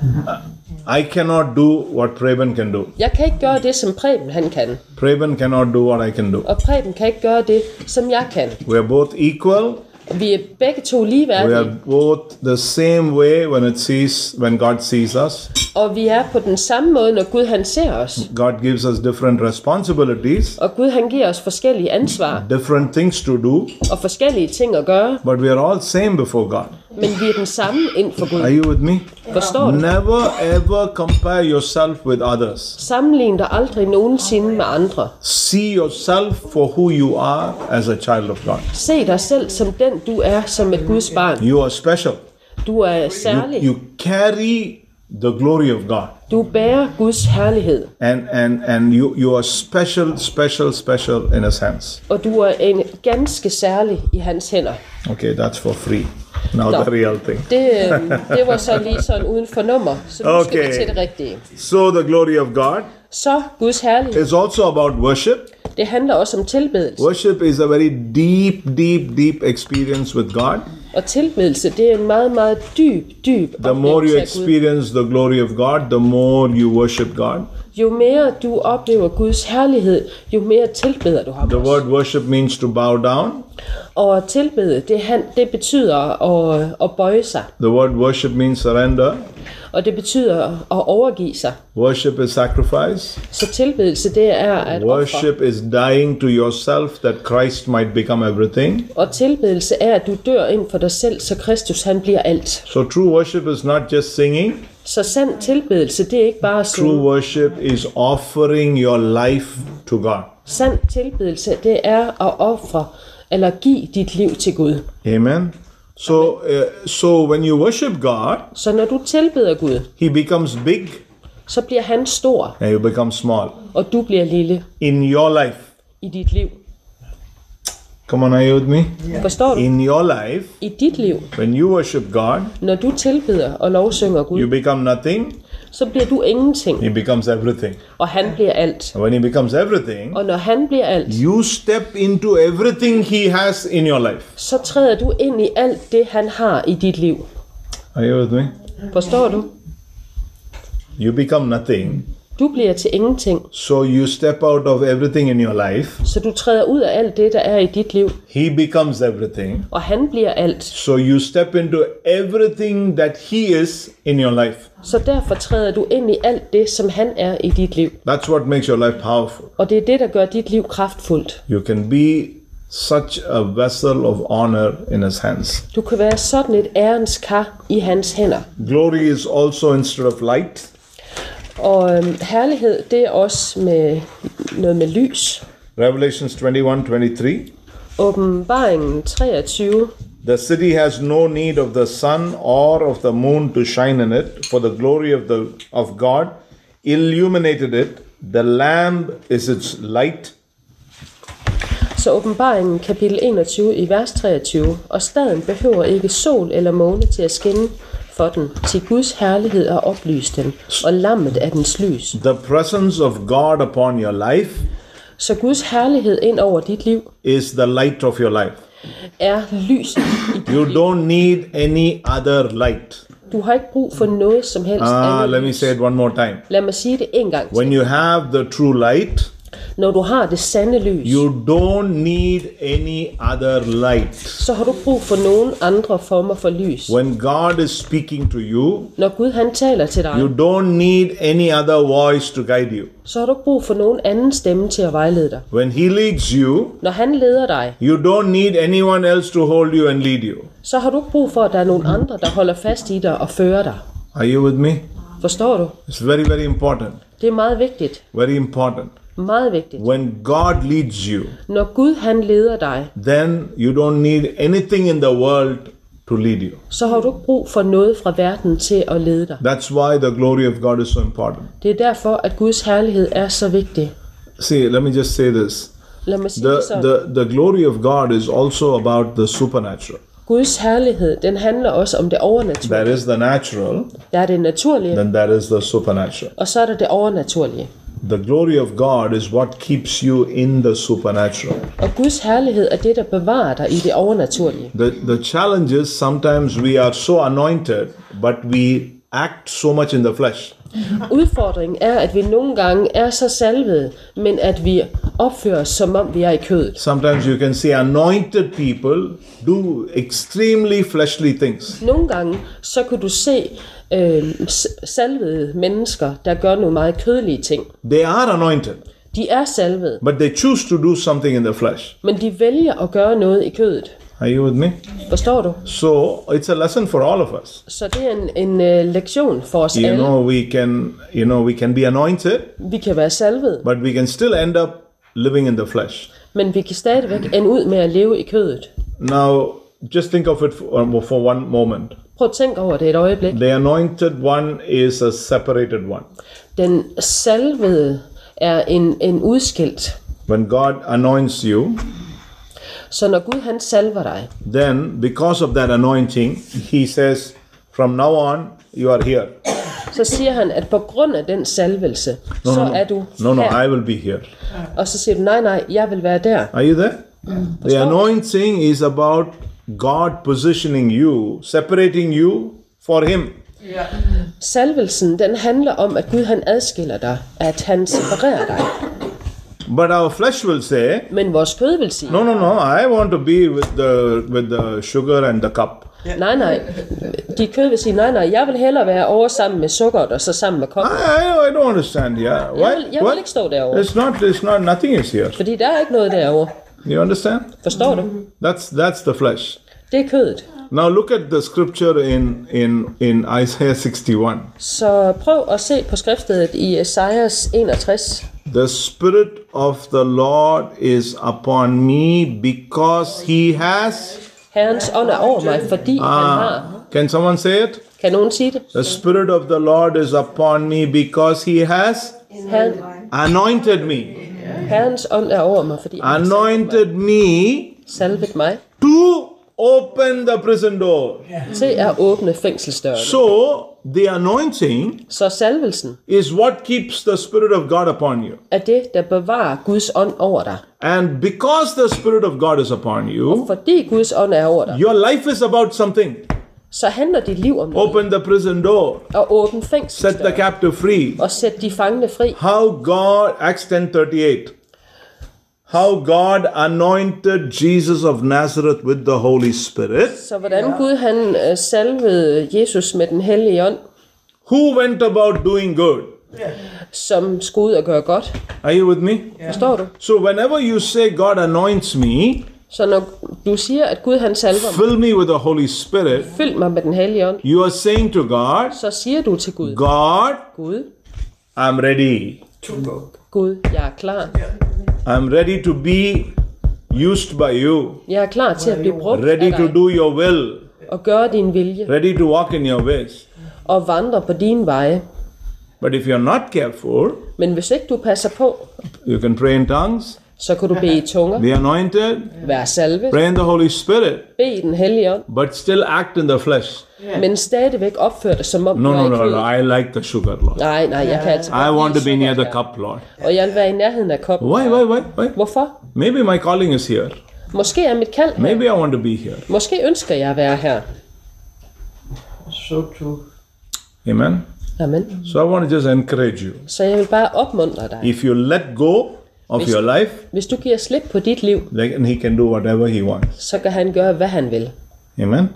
I cannot do what Preben can do. Jeg kan ikke gøre det, som Preben han kan. Preben cannot do what I can do. Og Preben kan ikke gøre det, som jeg kan. We are both equal. Vi er begge to We are ligeværdige, both the same way when it sees when God sees us. og vi er på den samme måde, når Gud han ser os. God gives us different responsibilities, Og Gud han giver os forskellige ansvar different things to do, og forskellige ting at gøre, but we are all same before God. men vi er den samme ind for Are Gud. you with me? Forstår du? Never ever compare yourself with others. Sammenlign dig aldrig nogensinde med andre. See yourself for who you are as a child of God. Se dig selv som den, du er som et Guds barn. You are special. Du er you, særlig. you carry the glory of God Du bærer Guds herlighed, and and and you you are special special special in a sense og du er en ganske særlig i hans hænder. okay that's for free now No. the real thing Det, øh, det var så lige sådan uden for nummer, så nu skal vi Okay. til det rigtige. so the glory of God Så Guds herlighed, is also about worship det handler også om tilbedelse. worship is a very deep deep deep experience with God Og tilbedelse, det er en meget, meget dyb, dyb the more you oplevelse af Gud. experience the glory of God the more you worship God Jo mere du oplever Guds herlighed, jo mere tilbeder du ham. the også. word worship means to bow down Og at tilbede, det, han, det betyder at, at bøje sig. the word worship means surrender Og det betyder at overgive sig. Worship is sacrifice. Så tilbedelse, det er at ofre. Worship is dying to yourself that Christ might become everything. Og tilbedelse er, at du dør ind for dig selv, så Kristus han bliver alt. So true worship is not just singing. Så sand tilbedelse, det er ikke bare at True synge. worship is offering your life to God. Sand tilbedelse, det er at ofre eller give dit liv til Gud. Amen. So uh, so when you worship God, Så når du tilbeder Gud, he becomes big så bliver han stor, and you become small og du bliver lille in your life. i dit liv. Come on, are you with me? Forstår du? In your life, I dit liv, when you worship God, når du tilbeder og lovsynger Gud, you become nothing, så bliver du ingenting, he becomes everything. og han bliver alt. And when he becomes everything, Og når han bliver alt, you step into everything he has in your life. så træder du ind i alt det, han har i dit liv. Are you with me? Forstår du? You become nothing. Du bliver til ingenting, So you step out of everything in your life. så du træder ud af alt det, der er i dit liv, He becomes everything. og han bliver alt. So you step into everything that he is in your life. Så derfor træder du ind i alt det, som han er i dit liv. That's what makes your life powerful. Og det er det, der gør dit liv kraftfuldt. You can be such a vessel of honor in his hands. Du kan være sådan et ærens kar i hans hænder. Glory is also instead of light. Og øhm, herlighed, det er også med noget med lys. Revelations 21 23. Åbenbaringen 23. The city has no need of the sun or of the moon to shine in it, for the glory of the of God illuminated it. The lamp is its light. Så åbenbaringen kapitel 21 i vers 23. Og staden behøver ikke sol eller måne til at skinne for den. Til Guds herlighed har oplyst den, og lammet er dens lys. The presence of God upon your life Så Guds herlighed ind over dit liv is the light of your life. er lys. You don't need any other light. Du har ikke brug for noget som helst Ah, andet let me lys. say it one more time. Lad mig sige det en gang til. When you have the true light, Når du har det sande lys, you don't need any other light. så har du brug for nogen andre former for lys. When God is speaking to you, Når Gud han taler til dig, you don't need any other voice to guide you. så har du ikke brug for nogen anden stemme til at vejlede dig. When He leads you, Når han leder dig, you don't need anyone else to hold you and lead you. så har du ikke brug for, at der er nogen andre, der holder fast i dig og fører dig. Are you with me? Forstår du? It's very, very important. Det er meget vigtigt. Very important. Meget vigtigt. When God leads you, Når Gud han leder dig, then you don't need anything in the world to lead you. så har du ikke brug for noget fra verden til at lede dig. That's why the glory of God is so important. Det er derfor, at Guds herlighed er så vigtig. See, let me just say this. Lad mig sige The, det sådan. the, the glory of God is also about the supernatural. Guds herlighed, den handler også om det overnaturlige. There is the natural, Der er det naturlige, then there is the supernatural. og så er der det overnaturlige. The glory of God is what keeps you in the supernatural. Og Guds herlighed er det, der bevarer dig i det overnaturlige. The, the challenge is sometimes we are so anointed, but we act so much in the flesh. Udfordringen er, at vi nogle gange er så salvede, men at vi opfører os, som om vi er i kødet. Sometimes you can see anointed people do extremely fleshly things. Nogle gange, så kan du se øh, s- salvede mennesker, der gør nogle meget kødelige ting. They are anointed, De er salvede, but they choose to do something in the flesh. men de vælger at gøre noget i kødet. Are you with me? Forstår du? So it's a lesson for all of us. Så det er en, en øh, lektion for os You alle. know, we can you know we can be anointed, Vi kan være salvede, but we can still end up living in the flesh. men vi kan stadigvæk ende ud med at leve i kødet. Now, just think of it for, for one moment. Prøv at tænke over det et øjeblik. The anointed one is a separated one. Den salvede er en, en udskilt. When God anoints you, Så når Gud han salver dig, then because of that anointing, He says, "From now on, you are here." så siger han, at på grund af den salvelse, No, så no, no. er du no, no. her. I will be here. Og så siger du, nej, nej, jeg vil være der. Are you there? The anointing is about God positioning you, separating you for Him. Salvelsen, den handler om, at Gud han adskiller dig, at han separerer dig. But our flesh will say, Men vores kød vil sige, "No, no, no! I want to be with the with the sugar and the cup." nej, nej, de i kød vil sige, nej, nej, jeg vil hellere være over sammen med sukkeret og så sammen med kokken. I, I, I don't understand. Yeah. Why? Jeg vil, jeg vil ikke stå derovre, It's not. It's not. Nothing is here. fordi der er ikke noget derovre. You understand? Forstår du? That's that's the flesh. Det er kødet. Now look at the scripture in in in Isaiah 61. Så prøv at se på skriftstedet i Esajas 61. The spirit of the Lord is upon me because He has. Herrens ånd er over mig, fordi han har. Can someone say it? Kan nogen sige det? The spirit of the Lord is upon me because He has Herren, anointed me. herrens ånd er over mig, fordi Ah, han har Anointed me salvet mig to open the prison door. til at åbne fængselsdøren. So the anointing Så salvelsen is what keeps the spirit of God upon you. er det, der bevarer Guds ånd over dig. And because the Spirit of God is upon you, Fordi Guds ånd er over dig, your life is about something. så handler dit liv om noget. Open the prison door, at åbne set the fængselsdøren captive free. og sætte de fangne fri. How God Acts 10:38. How God anointed Jesus of Nazareth with the Holy Spirit, Så hvordan Gud han øh, salvede Jesus med den hellige ånd, who went about doing good. som skulle ud og gøre godt. Are you with me? Forstår du? So whenever you say God anoints me, Så når du siger, at Gud han salver mig, fill me with the Holy Spirit, fyld mig med den hellige ånd, you are saying to God, så siger du til Gud, God, Gud, I'm ready. Gud, jeg er klar. I'm ready to be used by you. Jeg er klar til at blive brugt af ready to dig do your will, og gøre din vilje ready to walk in your ways. og vandre på dine veje. But if you're not careful, Men hvis ikke du passer på, you can pray in tongues, så kan du bede i tunger, be anointed, være salve, pray in the Holy Spirit, bede i den hellige ånd, but still act in the flesh. men stadigvæk opføre dig som om No, du er no, i no, kødet. no. I like the sugar, Lord. Nej, nej, jeg kan altså I godt want to lide be near the sukkerkage. cup, Lord. Og jeg vil være i nærheden af koppen. Why, why, why, why? Hvorfor? Maybe my calling is here. Måske er mit kald her. Maybe I want to be here. Måske ønsker jeg at være her. Amen. Amen. So I want to just encourage you. Så jeg vil bare opmuntre dig. If you let go of your life, Hvis du giver slip på dit liv, then He can do whatever He wants. så kan han gøre, hvad han vil. Amen.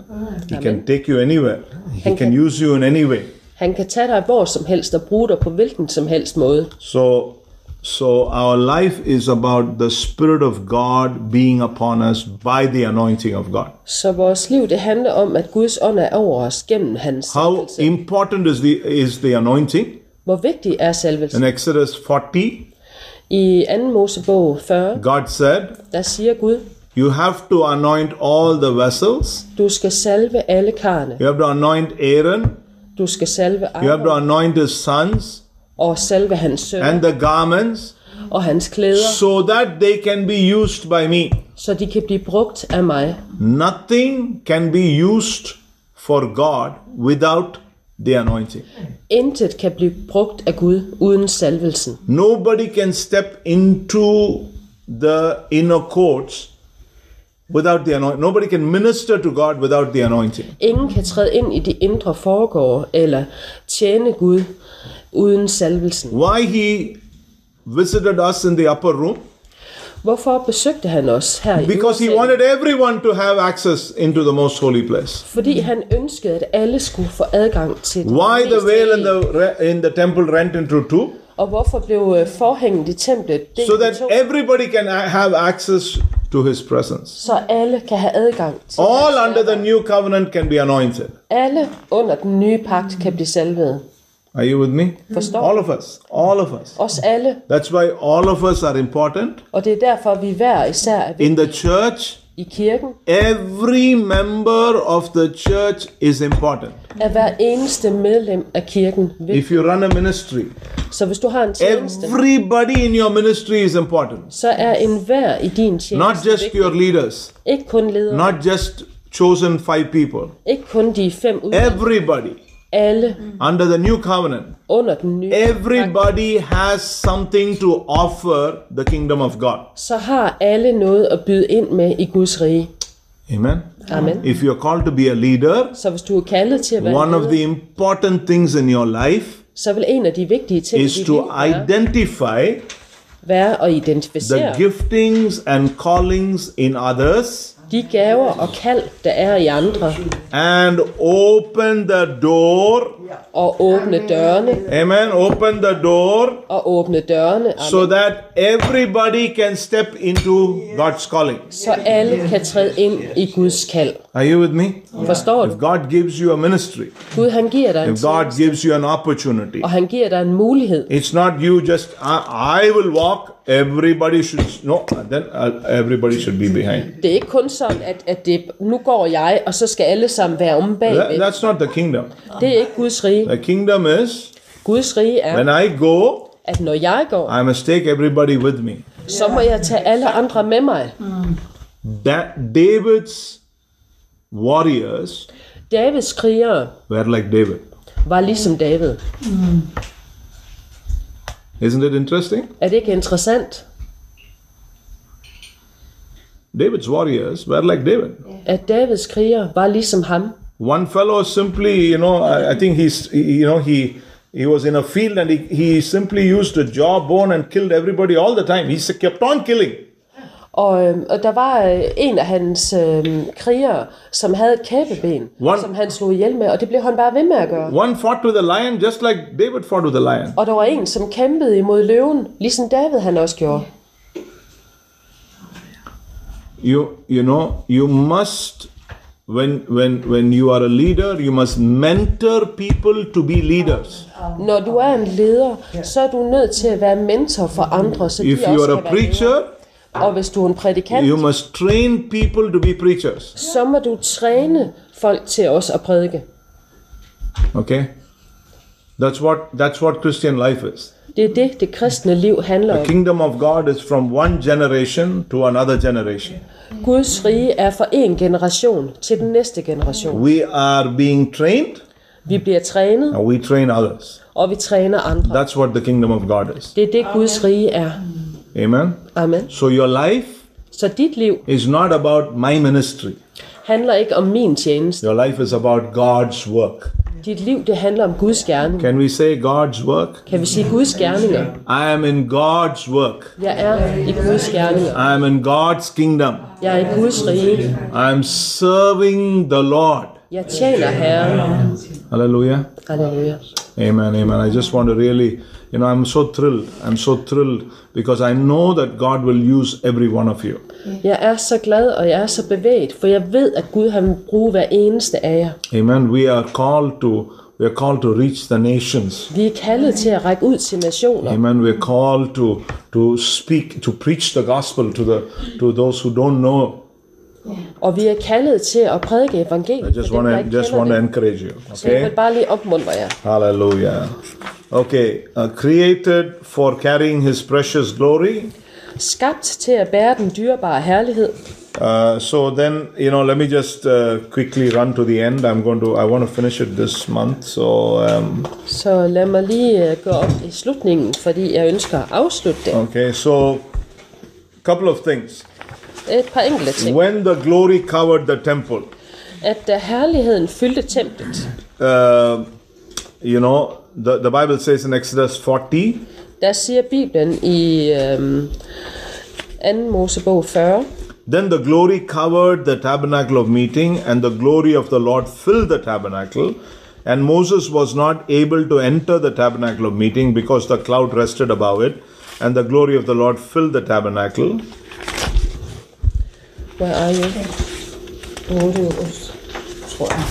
He can take you anywhere. He Thank can you. use you in any way. Han kan tage dig hvor som helst og bruge dig på hvilken som helst måde. So, so our life is about the Spirit of God being upon us by the anointing of God. Så vores liv, det handler om, at Guds ånd er over os gennem hans How salvelse. important is the is the anointing? Hvor vigtig er In salvelsen? Exodus 40, I 2. Mosebog 40, God said, der siger Gud, "You have to anoint all the vessels. du skal salve alle karne. You have to anoint Aaron. Du skal salve You have to Aron anoint his sons og salve hans søn and the garments, og hans klæder. so that they can be used by me. så de kan blive brugt af mig. Nothing can be used for God without the anointing." Intet kan blive brugt af Gud uden salvelsen. Nobody can step into the inner courts without the anointing. Nobody can minister to God without the anointing. Ingen kan træde ind i de indre foregård eller tjene Gud uden salvelsen. Why he visited us in the upper room? Hvorfor besøgte han os her i Because he Jerusalem? wanted everyone to have access into the most holy place. Fordi han ønskede, at alle skulle få adgang til det Why the mest veil in hellige. the re- in the temple rent into two? Og hvorfor blev øh, forhængen i templet delt So i that to, everybody can a- have access to his presence. så alle kan have adgang til All hans under the nærvær. new covenant can be anointed. Alle under den nye pagt kan blive salvet. Are you with me? Forstår All of us. All of us. Os alle. That's why all of us are important. Og det er derfor, vi hver især er In the church, i kirken every member of the church is important. at hver eneste medlem af kirken vil. If you run a ministry, Så hvis du har en tjeneste, everybody in your ministry is important. så er enhver i din tjeneste Not just vigtig. your leaders, Ikke kun ledere, not just chosen five people. ikke kun de fem ud, Everybody alle under the new covenant, under den nye. everybody has something to offer the kingdom of God. Så har alle noget at byde ind med i Guds rige. Amen. Amen. If you're called to be a leader, Så hvis du er kaldet til at være one of leder, the important things in your life så vil en af de vigtige ting i is dit to liv være, identify være at the identificere giftings and callings in others de gaver og kald, der er i andre, and open the door. og åbne dørene, Amen. Open the door og åbne dørene, Amen. so that everybody can step into God's calling. så alle kan træde ind i Guds kald. Are you with me? Forstår If du? God gives you a ministry, Gud han giver dig en if God gives you an opportunity, og han giver dig en mulighed. it's not you just, I, I will walk, everybody should, no, then uh, everybody should be behind. Det er ikke kun sådan, at, at det, nu går jeg, og så skal alle sammen være om That- bagved. that's not the kingdom. Det er ikke Guds rige. The kingdom is Guds rige er, when I go, at når jeg går, I must take everybody with me. så må jeg tage alle andre med mig. That David's warriors Davids krigere were like David. var ligesom David. Isn't it interesting? Er det ikke interessant, David's warriors were like David. at Davids krigere var ligesom ham? One fellow simply, you know, I, I think he's, he- you know, he he was in a field and he, he simply used a jawbone and killed everybody all the time. He s- kept on killing. Og, øhm, og der var øh, en af hans øhm, krigere, som havde et kæbeben, One- som han slog ihjel med, og det blev han bare ved med at gøre. One fought with a lion just like David fought with a lion. Og der var en, som kæmpede imod løven, ligesom David han også gjorde. You you know, you must when when when you are a leader, you must mentor people to be leaders. Når du er en leder, så er du nødt til at være mentor for andre, så If de you også are kan a være ledere. preacher, Og hvis du er en prædikant, you must train people to be preachers. så må du træne folk til også at prædike. Okay? That's what that's what Christian life is. Det er det, det kristne liv handler om. Kingdom of God is from one generation to another generation. Guds rige er fra en generation til den næste generation. We are being trained Vi bliver trænet, and we train others. og vi træner andre. That's what the kingdom of God is. Det er det, Guds rige er. Amen. Amen. So your life Så dit liv is not about my ministry. handler ikke om min tjeneste. Your life is about God's work. Dit liv, det handler om Guds gerning. Can we say God's work? Kan vi sige Guds gerninger? I am in God's work. Jeg er i Guds gerninger. I am in God's kingdom. Jeg er i Guds rige. I am serving the Lord. Jeg tjener Herren. Hallelujah. Halleluja. Amen, amen. I just want to really, you know, I'm so thrilled. I'm so thrilled because I know that God will use every one of you. Jeg er så glad, og jeg er så bevæget, for jeg ved, at Gud han vil bruge hver eneste af jer. Amen. We are called to we are called to reach the nations. Vi er kaldet til at række ud til nationer. Amen. We are called to to speak to preach the gospel to the to those who don't know. Og vi er kaldet til at prædike evangeliet. I just for dem, want der to ikke just kender want to det. encourage you. Så jeg vil Okay. bare lige opmuntre jer. Hallelujah. Okay. Uh, created for carrying His precious glory. Skabt til at bære den dyrebare herlighed. Uh, so then you know let me just uh, quickly run to the end i'm going to i want to finish it this month so um, Så lad mig lige øh, gå op i slutningen, fordi jeg ønsker at afslutte det. okay so couple of things Et par enkelte ting. when the glory covered the temple At da herligheden fyldte templet, uh, you know the, the bible says in exodus 40 der siger Bibelen i øhm, 2. Mosebog 40, then the glory covered the tabernacle of meeting and the glory of the lord filled the tabernacle and moses was not able to enter the tabernacle of meeting because the cloud rested above it and the glory of the lord filled the tabernacle Where are you? 8. august, tror jeg.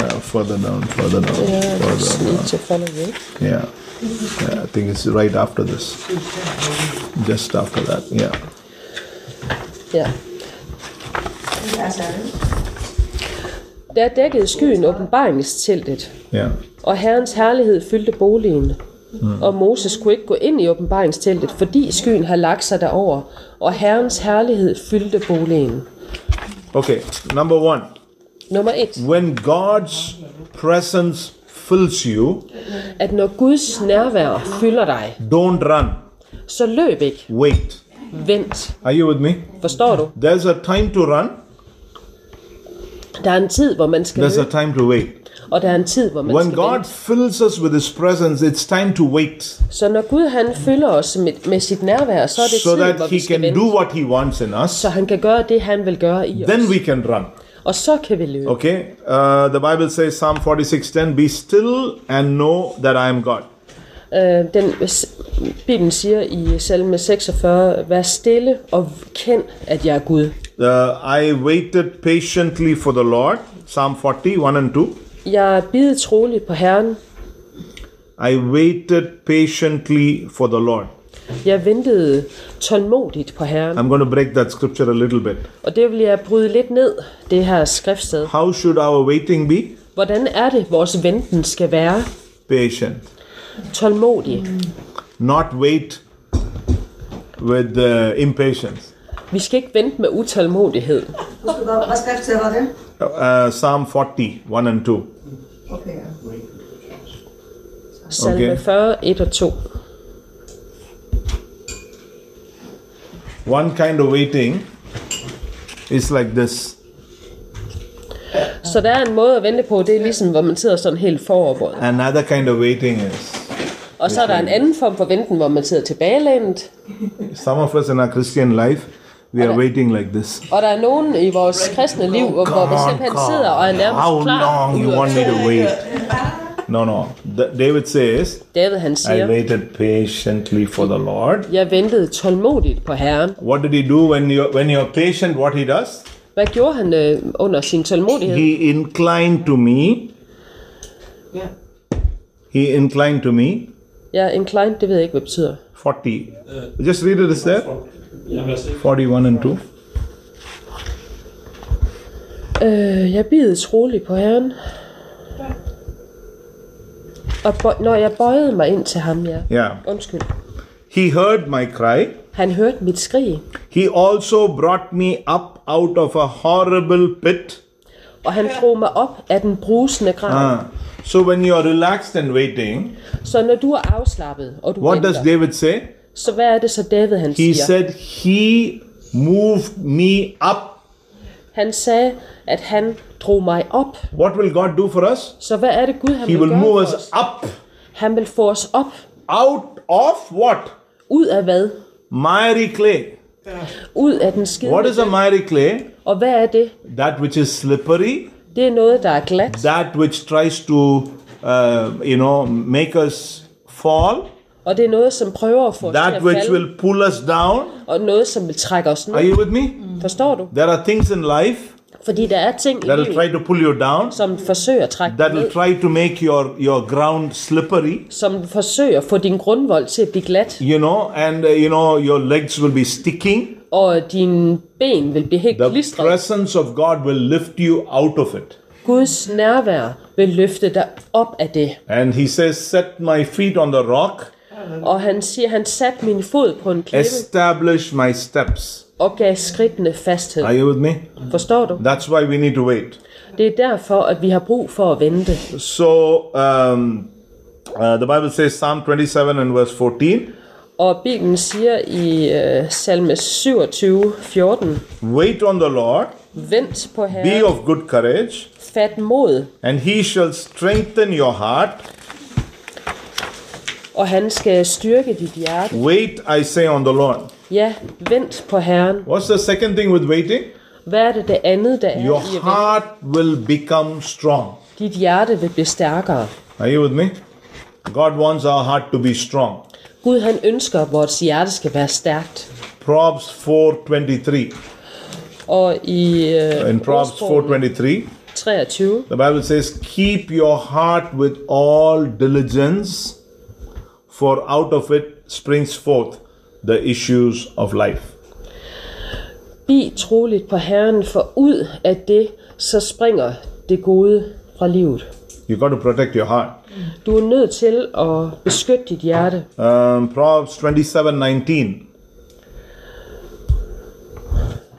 Yeah, further down, further down, further down. Need to follow you. Yeah. yeah. I think it's right after this. Just after that, yeah. Ja. Der dækkede skyen åbenbaringsteltet, Yeah. og Herrens herlighed fyldte boligen. Og Moses kunne ikke gå ind i åbenbaringsteltet, fordi skyen har lagt sig derover, og Herrens herlighed fyldte boligen. Okay, number one. Nummer et, When God's presence fills you, at når Guds nærvær fylder dig, don't run. så løb ikke, Wait. vent. Are you with me? Forstår du? There's a time to run, Der er en tid, hvor man skal there's a løbe, time to wait. og der er en tid, hvor man When skal God vente. fills us with His presence, it's time to wait Så når Gud han fylder os med, med sit nærvær, så er det so tiden, hvor that vi He skal can vente. do what He wants in us. Så han kan gøre det, han vil gøre i os. Then we can run. Og så kan vi løbe. Okay? Uh, the Bible says, Psalm 46:10, Be still and know that I am God. Øh, den, s- Bibelen siger i salme 46, vær stille og kend, at jeg er Gud. Uh, I waited patiently for the Lord. Psalm 40, 1 and 2. Jeg er bidet troligt på Herren. I waited patiently for the Lord. Jeg ventede tålmodigt på Herren. I'm going to break that scripture a little bit. Og det vil jeg bryde lidt ned, det her skriftsted. How should our waiting be? Hvordan er det, vores venten skal være? Patient. Tålmodig. Not wait with uh, impatience. Vi skal ikke vente med utålmodighed. Husk, Hvad hvad skriftsted var det? Uh, Uh, Psalm 40, 1 and 2. Okay, ja. Salme Okay. 40, 1 og 2. One kind of waiting is like this, Så der er en måde at vente på, det er ligesom, hvor man sidder sådan helt foroverbøjet. another kind of waiting is. Og så er der en anden form for venten, hvor man sidder tilbagelænet. Some of us in our Christian life, we are waiting like this. Og der er nogen i vores kristne liv, hvor hvor vi simpelthen sidder og er How nærmest klar. long you ud af- want me to wait? No, no. The- David says, David han I siger, waited patiently for the Lord. jeg ventede tålmodigt på Herren. What did he do when you when you're patient? What he does? Hvad gjorde han øh, under sin tålmodighed? He inclined to me. Yeah. He inclined to me. Ja, inclined, det ved jeg ikke, hvad det betyder. 40. Just read it, is there? 41 and 2. Øh, jeg bidede troligt på Herren. Og bøj, når jeg bøjede mig ind til ham, ja. Yeah. Undskyld. He heard my cry. Han hørte mit skrig, He also brought me up out of a horrible pit. og han drog mig op af den brusende grav. Ah. So when you are relaxed and waiting, Så når du er afslappet, og du what does venter, David say? så hvad er det så David han He siger? said, He moved me up. Han sagde, at han drog mig op. What will God do for us? Så hvad er det Gud, han He vil will gøre move for us up. Han vil få os op. Out of what? Ud af hvad? Miry clay. Ud af den skide. What is a miry clay? Og hvad er det? That which is slippery, Det er noget, der er glat. that which tries to, uh, you know, make us fall, Og det er noget, som prøver at få os til that at which falde. will pull us down. Og noget, som vil trække os ned. Are you with me? Forstår du? There are things in life Fordi der er ting i that will livet, try to pull you down, som forsøger at trække dig that will ned. try to make your, your ground slippery, Som forsøger at få din grundvold til at blive glat. you know, and, uh, you know, your legs will be sticking. Og dine ben vil blive helt The klistret. presence of God will lift you out of it. Guds nærvær vil løfte dig op af det. And he says, Set my feet on the rock, Og han siger, han satte min fod på en klippe establish my steps. og gav skridtene fasthed. Are you with me? Forstår du? That's why we need to wait. Det er derfor, at vi har brug for at vente. So, um, uh, the Bible says, Psalm 27 and verse 14, Og Bibelen siger i øh, salme 27, 14, Wait on the Lord, Vent på be Herren, of good courage, fat mod, and he shall strengthen your heart. og han skal styrke dit hjerte. Wait, I say, on the Lord. Ja, vent på Herren. What's the second thing with waiting? Hvad er det det andet, der er Your i at vente? heart will become strong. Dit hjerte vil blive stærkere. Are you with me? God wants our heart to be strong. Gud han ønsker, at vores hjerte skal være stærkt. Proverbs 4:23. Og i øh, In Proverbs ordsprogen 4:23, 23, the Bible says, "Keep your heart with all diligence, for out of it springs forth the issues of life." Bi troligt på Herren, for ud af det, så springer det gode fra livet. You got to protect your heart. Du er nødt til at beskytte dit hjerte. Um, Proverbs 27:19.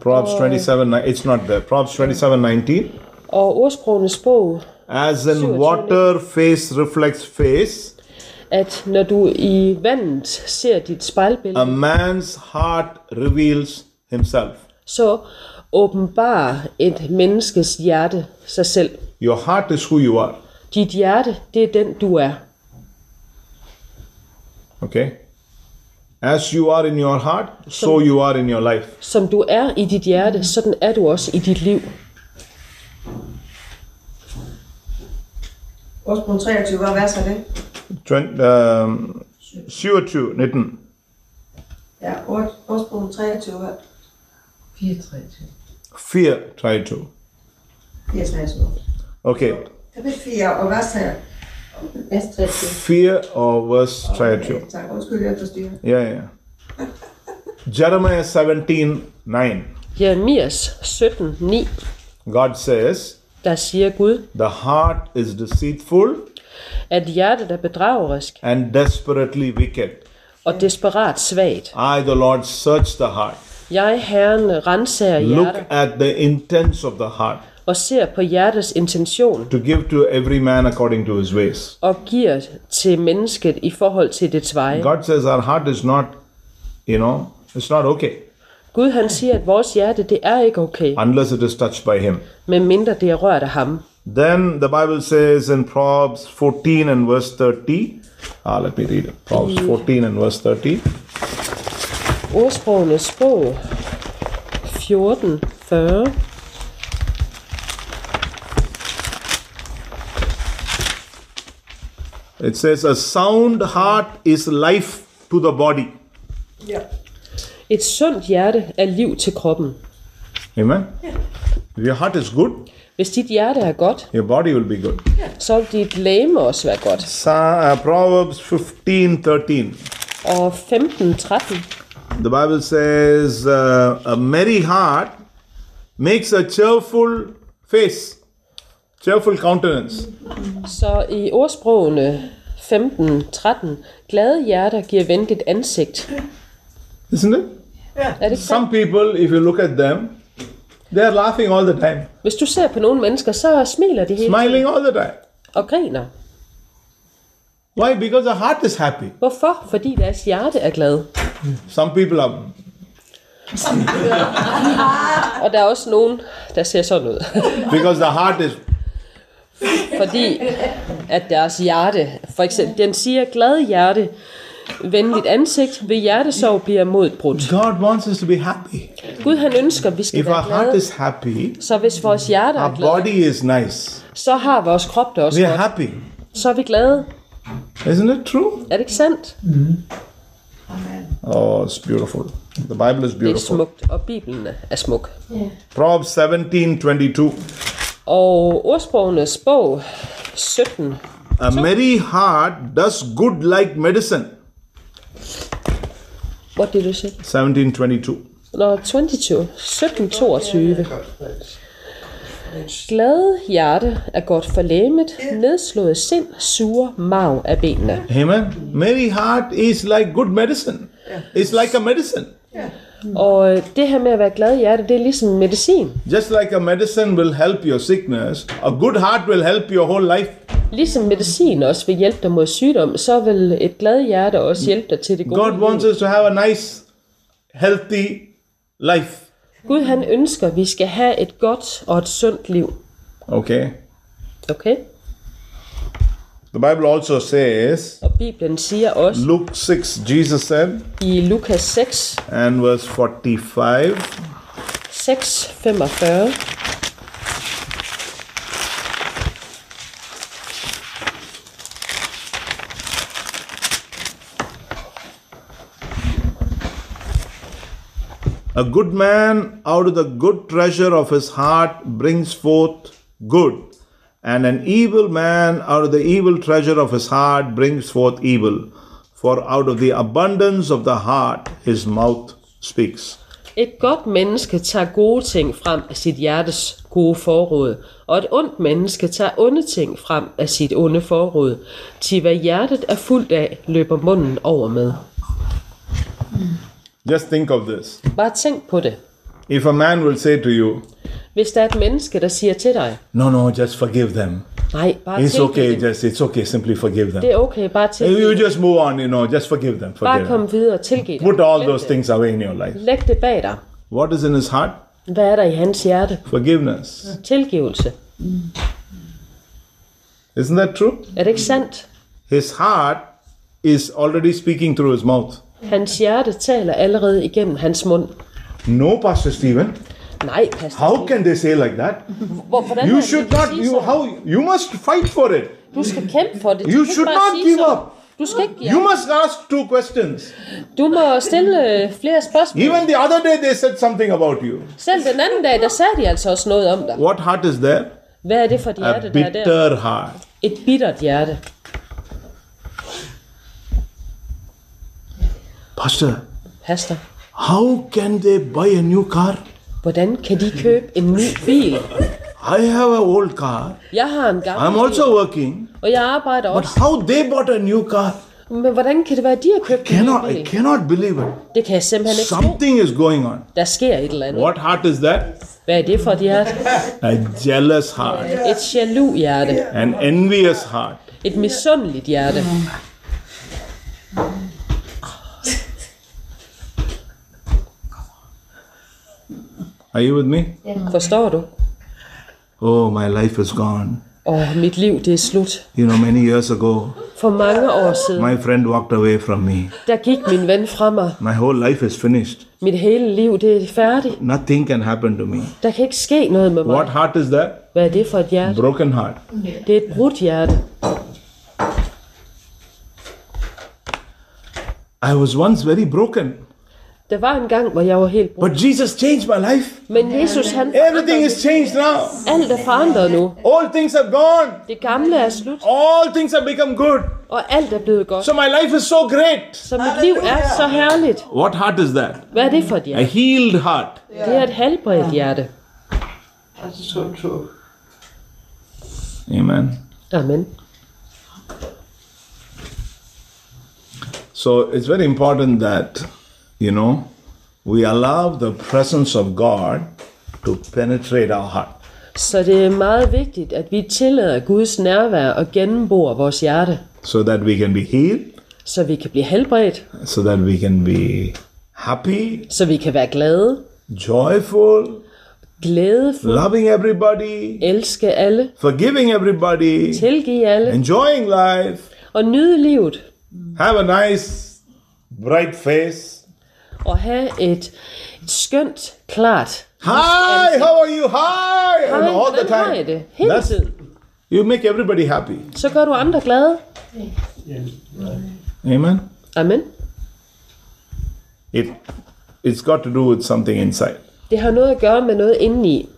Proverbs 27, ni- it's not there. Proverbs 27:19. Og ordsprogenes bog, As in 27. water, face reflects face. at når du i vandet ser dit spejlbillede, A man's heart reveals himself. så åbenbarer et menneskes hjerte sig selv. Your heart is who you are. Dit hjerte, det er den, du er. Okay? As you are in your heart, so you are in your life. Som du er i dit hjerte, sådan er du også i dit liv. Vores punkt 23, hvad vers er det? 20, um, 27, 19. Ja, vores punkt 23, hvad? 34. 4, 32. 24. Okay, Kapitel 4, og vers her. Vers 23. fear or verse 32. Tak, undskyld, jeg forstyrrer. Yeah, yeah. Jeremiah 17, 9. Jeremias 17, 9, God says, der siger Gud, The heart is deceitful at hjertet er bedragerisk and desperately wicked. og desperat svagt. I, the Lord, search the heart. Jeg, Herren, renser Look hjertet at the intents of the heart og ser på hjertets intention to give to every man according to his ways. og giver til mennesket i forhold til dets veje. God says our heart is not, you know, it's not okay Gud han siger, at vores hjerte, det er ikke okay, unless it is touched by Him. medmindre det er rørt af ham. Then the Bible says in Proverbs 14 and verse 30, ah, let me read it. Proverbs 14 and verse 30. Ordsprogenes bog 1440. It says, A sound heart is life to the body. Ja. Et sundt hjerte er liv til kroppen. Amen. If your heart is good, Hvis dit hjerte er godt, your body will be good. så vil dit læme også være godt. Sa- uh, Proverbs 15 13. Og 15, 13. The Bible says, uh, A merry heart makes a cheerful face, cheerful countenance. Så i ordsprogene 15, 13. Glade hjerter giver venligt ansigt. Isn't it? Er det ikke sandt? Some people, if you look at them, they are laughing all the time, Hvis du ser på nogle mennesker, så smiler de hele smiling all the time. og griner. Why? Because the heart is happy. Hvorfor? Fordi deres hjerte er glad. Some people are. Og der er også nogen, der ser sådan ud. Because the heart is. Fordi at deres hjerte, for eksempel, den siger, glad hjerte, venligt ansigt, ved hjertesorg bliver modet brudt. God wants us to be happy. Gud han ønsker, at vi skal If our være heart glade. is happy, Så hvis vores hjerter er our glade, body is nice. så har vores krop det også We are godt. happy. Så er vi glade. Isn't it true? Er det ikke sandt? Oh, it's beautiful. The Bible is Det er beautiful. smukt, og Bibelen er smuk. Proverbs 17 22. Og ordsprogenes bog 17. A merry heart does good like medicine. What did you say? 17 22. Nå, 22. 17, 22. Glade hjerte er godt for lægemet, nedslået sind, sure mav af benene. Amen. Merry heart is like good medicine. It's like a medicine. Og øh, det her med at være glad i hjertet, det er ligesom medicin. Just like a medicine will help your sickness, a good heart will help your whole life. Ligesom medicin også vil hjælpe dig mod sygdom, så vil et glad hjerte også hjælpe dig til det gode God wants liv. us to have a nice, healthy life. Gud han ønsker, at vi skal have et godt og et sundt liv. Okay. Okay? The Bible also says, Og Bibelen siger også Luke 6, Jesus said, i Lukas 6, and verse 45, 6, 45. a good man out of the good treasure of his heart brings forth good, and an evil man out of the evil treasure of his heart brings forth evil. For out of the abundance of the heart his mouth speaks. Et godt menneske tager gode ting frem af sit hjertes gode forråd, og et ondt menneske tager onde ting frem af sit onde forråd. Til hvad hjertet er fuldt af, løber munden over med. Just think of this. Bare tænk på det. If a man will say to you, Hvis der er et menneske, der siger til dig, No, no, just forgive them. nej, bare It's tilgiv okay, dem. just it's okay, simply forgive them. Det er okay, bare tilgiv You dem. just move on, you know, just forgive them. Bare Forgive them. kom videre og tilgiv dem. Put all Glem those det. things away in your life. Læg det bag dig. What is in his heart? Hvad er der i hans hjerte? Forgiveness. Tilgivelse. Isn't that true? Er det ikke sandt? His heart is already speaking through his mouth. Hans hjerte taler allerede igennem hans mund. No, Pastor Stephen. Nej, pastor. How can they say like that? Hvor, hvordan You er det, should kan not. sige You sådan? how you must fight for it. Du skal kæmpe for det. Du You kan ikke should bare not sige give sådan. up. Du skal ikke give You op. must ask two questions. Du må stille øh, flere spørgsmål. Even the other day they said something about you. Selv den anden dag, der sagde de altså også noget om dig. What heart is there? Hvad er det for et A hjerte, der er der? bitter heart. Et bittert hjerte. Pastor, Pastor, how can they buy a new car? hvordan kan de købe en ny bil? I have an old car. Jeg har en gammel I'm also working. bil, og jeg arbejder But også. how they bought a new car? Men hvordan kan det være, at de har købt en Cannot ny I bil? cannot believe it. Det kan jeg simpelthen ikke tro. Something is going on. Der sker et eller andet. What heart is that? Hvad er det for et hjerte? A jealous heart, Et jaloux hjerte. an envious heart. Et misundeligt hjerte. Are you with me? Forstår du? Oh, my life is gone. Åh, mit liv, det er slut. You know, many years ago, For mange år siden, my friend walked away from me. der gik min ven fra mig. My whole life is finished. Mit hele liv, det er færdigt. Nothing can happen to me. Der kan ikke ske noget med mig. What heart is that? Hvad er det for et hjerte? Broken heart. Det er et brudt hjerte. I was once very broken, Der var en gang, hvor jeg var helt brudt. but Jesus changed my life. Men Jesus, han Everything is changed now. alt er forandret nu. All things have gone. Det gamle er slut, All things have become good. og alt er blevet godt. So my life is so great. Så mit liv er så herligt. What heart is that? Hvad er det for et A hjerte? healed heart. Det er et halvbredt hjerte. Altså sundt tog. Amen. Amen. So it's very important that, you know, we allow the presence of God to penetrate our heart. Så det er meget vigtigt, at vi tillader Guds nærvær og gennemborer vores hjerte, so that we can be healed, så vi kan blive helbredt, so that we can be happy, så vi kan være glade, joyful, glædefulde, loving everybody, elske alle, forgiving everybody, tilgive alle enjoying life, og nyde livet. have a nice, bright face. og have et, et skønt, klart. Hi, how are you? Hi, and Hej, all the hvordan har I time. det? Hele That's- tiden. You make everybody happy. Så gør du andre glade. Amen. Amen. It it's got to do with something inside. Det har noget at gøre med noget indeni.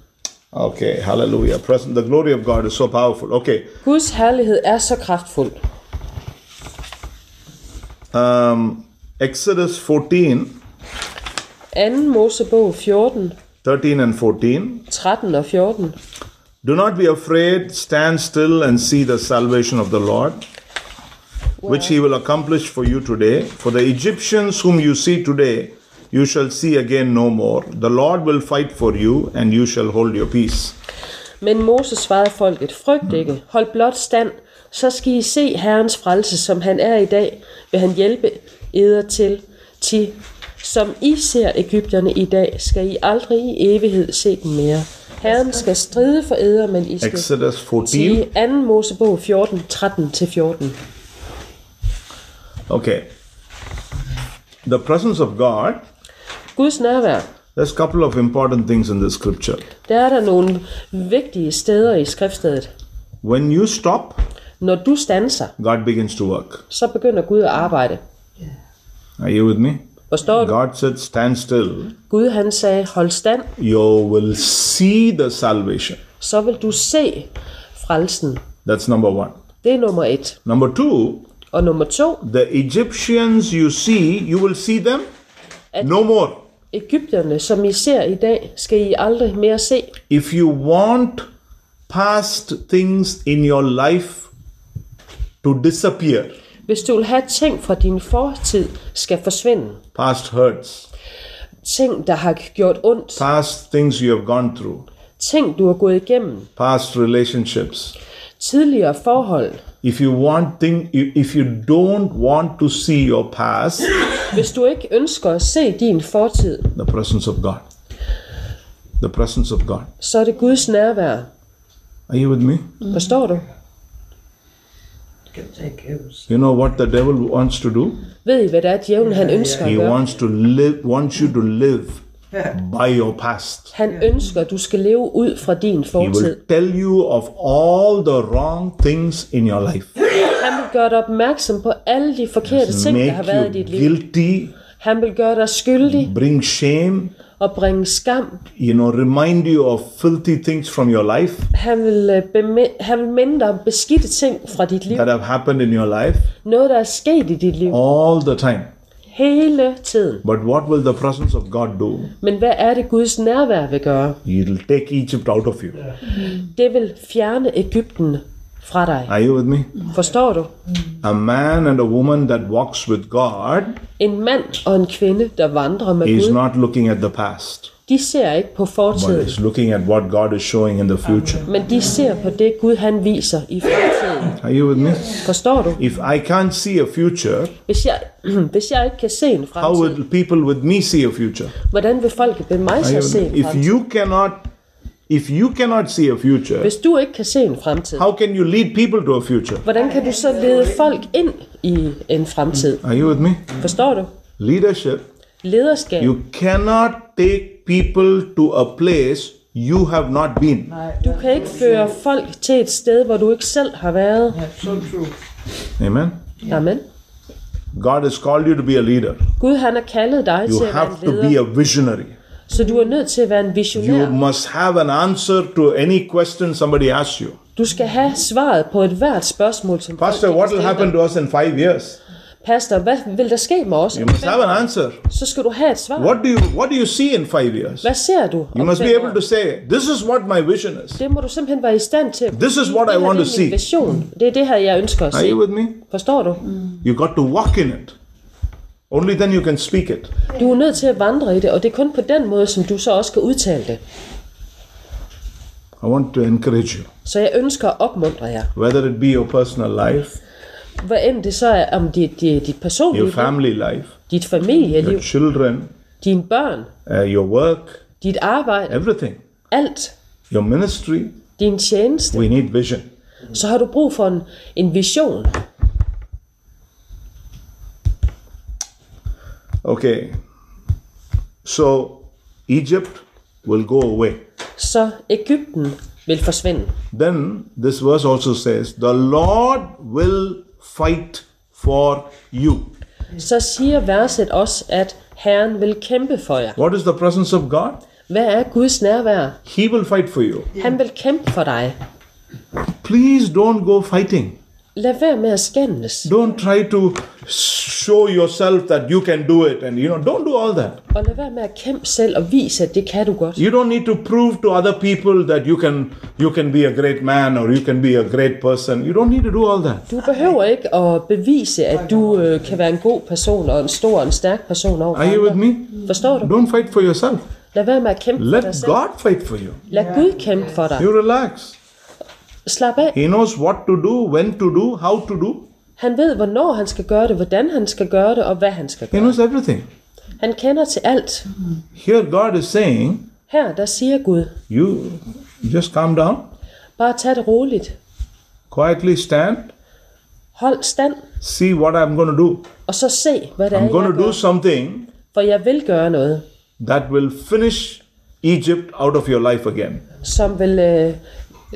Okay, hallelujah. Present the glory of God is so powerful. Okay. Guds herlighed er så kraftfuld. Um Exodus 14, 2. Mosebog 14, 13 and 14. 13 og 14. Do not be afraid, stand still and see the salvation of the Lord, which he will accomplish for you today. For the Egyptians whom you see today, you shall see again no more. The Lord will fight for you, and you shall hold your peace. Men Moses svarede folket, frygt ikke, hold blot stand, så skal I se Herrens frelse, som han er i dag, vil han hjælpe eder til, til. Som I ser Ægypterne i dag, skal I aldrig i evighed se dem mere. Herren skal stride for æder, men I skal Exodus 14. sige 2. Mosebog 14, 13-14. Okay. The presence of God, Guds nærvær, there's a couple of important things in this scripture. der er der nogle vigtige steder i skriftstedet. When you stop, Når du stanser, God begins to work. så begynder Gud at arbejde. Are you with me? Forstår du? God said, Stand still. Gud han sagde, hold stand, You will see the salvation. så vil du se frelsen. That's number one. Det er nummer et. Number two, Og nummer to, the Egyptians you see, you will see them no more. Ægypterne, som I ser i dag, skal I aldrig mere se. If you want past things in your life to disappear, Hvis du vil have ting fra din fortid, skal forsvinde. past hurts, Ting, der har gjort ondt. past things you have gone through, Ting, du har gået igennem. past relationships, Tidligere forhold. if you want thing, if you don't want to see your past, Hvis du ikke ønsker at se din fortid, the presence of God, the presence of God. så er det Guds nærvær. Are you with me? Forstår du? You know what the devil wants to do? Ved I, hvad det er, djævlen han ønsker at He gøre? wants to live wants you to live by your past. Han ønsker, at du skal leve ud fra din He will fortid. tell you of all the wrong things in your life. Han vil gøre dig opmærksom på alle de forkerte ting, der har Make været i you dit liv. guilty, Han vil gøre dig skyldig bring shame, og bringe skam. you know, remind you of filthy things from your life Han vil, øh, bemi- han vil minde dig om beskidte ting fra dit liv. that have happened in your life Noget, der er sket i dit liv all the time. hele tiden. But what will the presence of God do? Men hvad er det, Guds nærvær vil gøre? He'll take Egypt out of you. Det vil fjerne Ægypten fra dig. Are you with me? Forstår du? A man and a woman that walks with God En mand og en kvinde, der vandrer med is Gud, not looking at the past, de ser ikke på but fortiden, is looking at what God is showing in the future. men de ser på det, Gud han viser i fremtiden. Are you with me? Forstår du? If I can't see a future, Hvis jeg, hvis jeg ikke kan se en how fremtid, will people with me see a future? hvordan vil folk ved mig Are you så with se me? en If fremtid? you cannot if you cannot see a future, Hvis du ikke kan se en fremtid, how can you lead people to a future? hvordan kan du så lede folk ind i en fremtid? Are you with me? Forstår du? Leadership, Lederskab. you cannot take people to a place you have not been. Du kan ikke føre folk til et sted, hvor du ikke selv har været. Amen. Amen. God has called you to be a leader. Gud han har kaldet dig You til at være have en to be leder, a visionary. så du er nødt til at være en You visionær. must have an answer to any question somebody asks you. Du skal have svaret på et hvert spørgsmål, som folk Pastor, kan what will stille happen dig. to us in five years? Pastor, hvad vil der ske med os? You must have an answer. Så skal du have et svar. What do you what do you see in five years? Hvad ser du? You om must fem be able år? to say, This is what my vision is. Det må du simpelthen være i stand til. at kunne This is sige, what I det her, want det er to min see. Vision. Det er det her, jeg ønsker at Are you se. with me? Forstår du? You got to walk in it. Only then you can speak it. Du er nødt til at vandre i det, og det er kun på den måde, som du så også kan udtale det. I want to encourage you. Så jeg ønsker at opmuntre jer. Whether it be your personal life, Hvad end det så er om dit, dit, dit personlige your liv, family life, dit familieliv, your children, dine børn, uh, your work, dit arbejde, everything, alt, your ministry, din tjeneste, we need vision. så har du brug for en, en vision. Okay. So Egypt will go away. Så Ægypten vil forsvinde. Then this verse also says, The Lord will fight for you. Så siger verset også, at Herren vil kæmpe for jer. What is the presence of God? Hvad er Guds nærvær? He will fight for you. Han vil kæmpe for dig. Please don't go fighting. Lad være med at skændes, Don't try to show yourself that you can do it and you know, don't do all that. og lad være med at kæmpe selv og vise, at det kan du godt. You don't need to prove to other people that you can you can be a great man or you can be a great person. You don't need to do all that. Du behøver ikke at bevise, at du øh, kan være en god person og en stor og en stærk person over Are you with andre. me? Forstår du? Don't fight for yourself. Lad være med at kæmpe for dig Let selv. God fight for you. Lad Gud kæmpe for dig. You relax. Slap af. He knows what to do, when to do, how to do. Han ved, hvornår han skal gøre det, hvordan han skal gøre det, og hvad han skal He gøre. knows everything. Han kender til alt. Here God is saying, Her, der siger Gud, you just calm down, bare tag det roligt. quietly stand, Hold stand, see what I'm going to do. og så se, hvad det er, I'm going jeg to do gør. something For jeg vil gøre noget, that will finish Egypt out of your life again. som vil øh,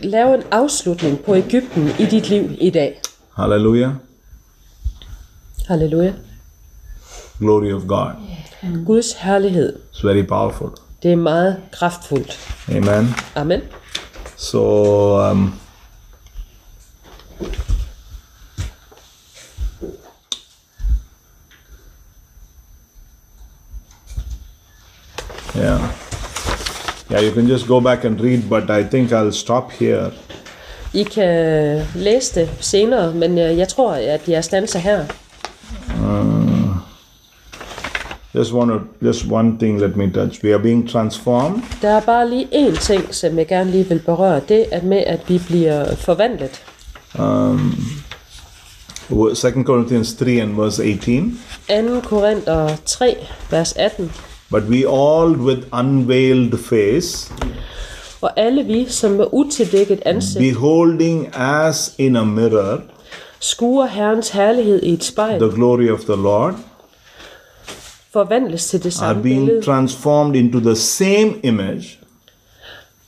lave en afslutning på Ægypten i dit liv i dag. Hallelujah. Halleluja. Glory of God. Guds herlighed, It's very powerful. det er meget kraftfuldt. Amen. Amen. So, um, yeah. Yeah, you can just go back and read, but I think I'll stop here. I kan øh, læse det senere, men øh, jeg tror, at jeg standser her. Just one, just one thing. Let me touch. We are being transformed. Der er bare lige én ting, som jeg gerne lige vil berøre. Det er med, at vi bliver forvandlet. Second Corinthians three and verse eighteen. 2. Korinther 3, vers 18. But we all, with unveiled face, Og alle vi, som med utildækket ansigt, beholding as in a mirror skuer Herrens herlighed i et spejl, The glory of the Lord forvandles til det are samme being billede. transformed into the same image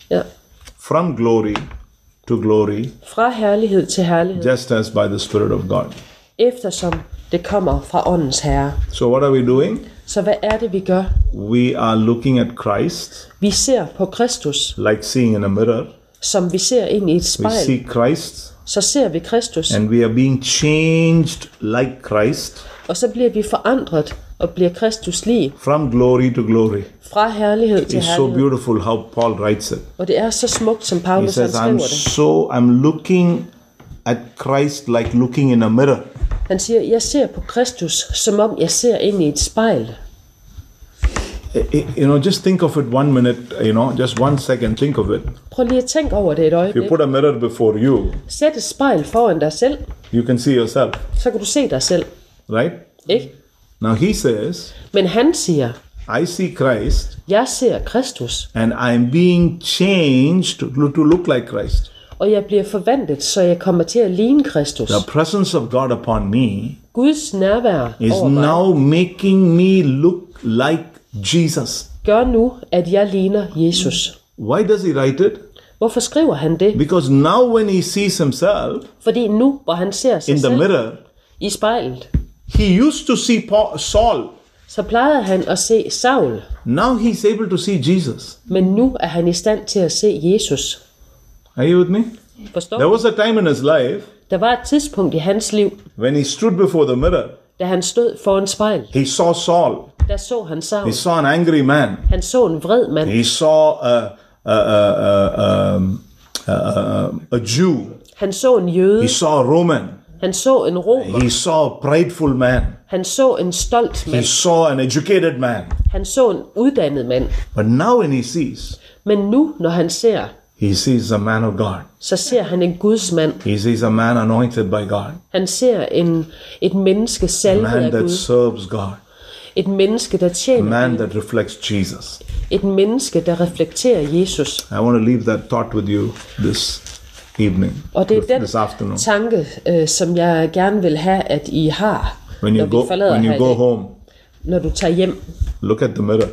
Ja. from glory to glory, Fra herlighed til herlighed, just as by the Spirit of God. eftersom det kommer fra åndens herre. So, what are we doing? Så hvad er det, vi gør? We are looking at Christ Vi ser på Kristus, like seeing in a mirror. som vi ser ind i et We spejl. see Christ Så ser vi Kristus, and we are being changed like Christ og så bliver vi forandret og bliver Kristus lige from glory to glory. fra herlighed til It's so herlighed. beautiful how Paul writes it. Og det er så smukt, som He Paulus han says, I'm skriver det. so, I'm looking at Christ like looking in a mirror. Han siger, jeg ser på Kristus, som om jeg ser ind i et spejl. I- I- You know, just think of it one minute, you know, just one second, think of it. Prøv lige at tænke over det et If you øjeblik. put a mirror before you, Sæt et spejl foran dig selv, you can see yourself, så kan du se dig selv. right? Ikke? Now he says, Men han siger, I see Christ jeg ser Kristus, and I'm being changed to to look like Christ. og jeg bliver forvandlet, så jeg kommer til at ligne Kristus. The presence of God upon me Guds nærvær is over mig now making me look like Jesus. gør nu, at jeg ligner Jesus. Why does he write it? Hvorfor skriver han det? Because now when he sees himself Fordi nu, hvor han ser sig in the selv mirror, i spejlet, he used to see Paul, Saul. så plejede han at se Saul, Now he's able to see Jesus. men nu er han i stand til at se Jesus. Are you with me? Forstår There du? was a time in his life Der var et tidspunkt i hans liv, when he stood before the mirror, da han stod foran spejl. he saw Saul. Der så han Saul. He saw an angry man. Han så en vred mand. He saw a, a, a, a, um, a, a, a Jew. Han så en jøde. He saw a Roman. Han så en romer. He saw a prideful man. Han så en stolt He mand. saw an educated man. Han så en uddannet mand. But now when he sees, Men nu, når han ser, he sees a man of God. så ser han en Guds mand. He sees a man anointed by God. Han ser en, et menneske A salvet man af that Gud. serves God. Et menneske, der A tjener man that reflects Jesus. Et menneske, der reflekterer Jesus. I want to leave that thought with you this evening, Og det er den this afternoon. tanke, øh, som jeg gerne vil have, at I har, When you når go, vi forlader when her you i go dag. home, Når du tager hjem, look at the mirror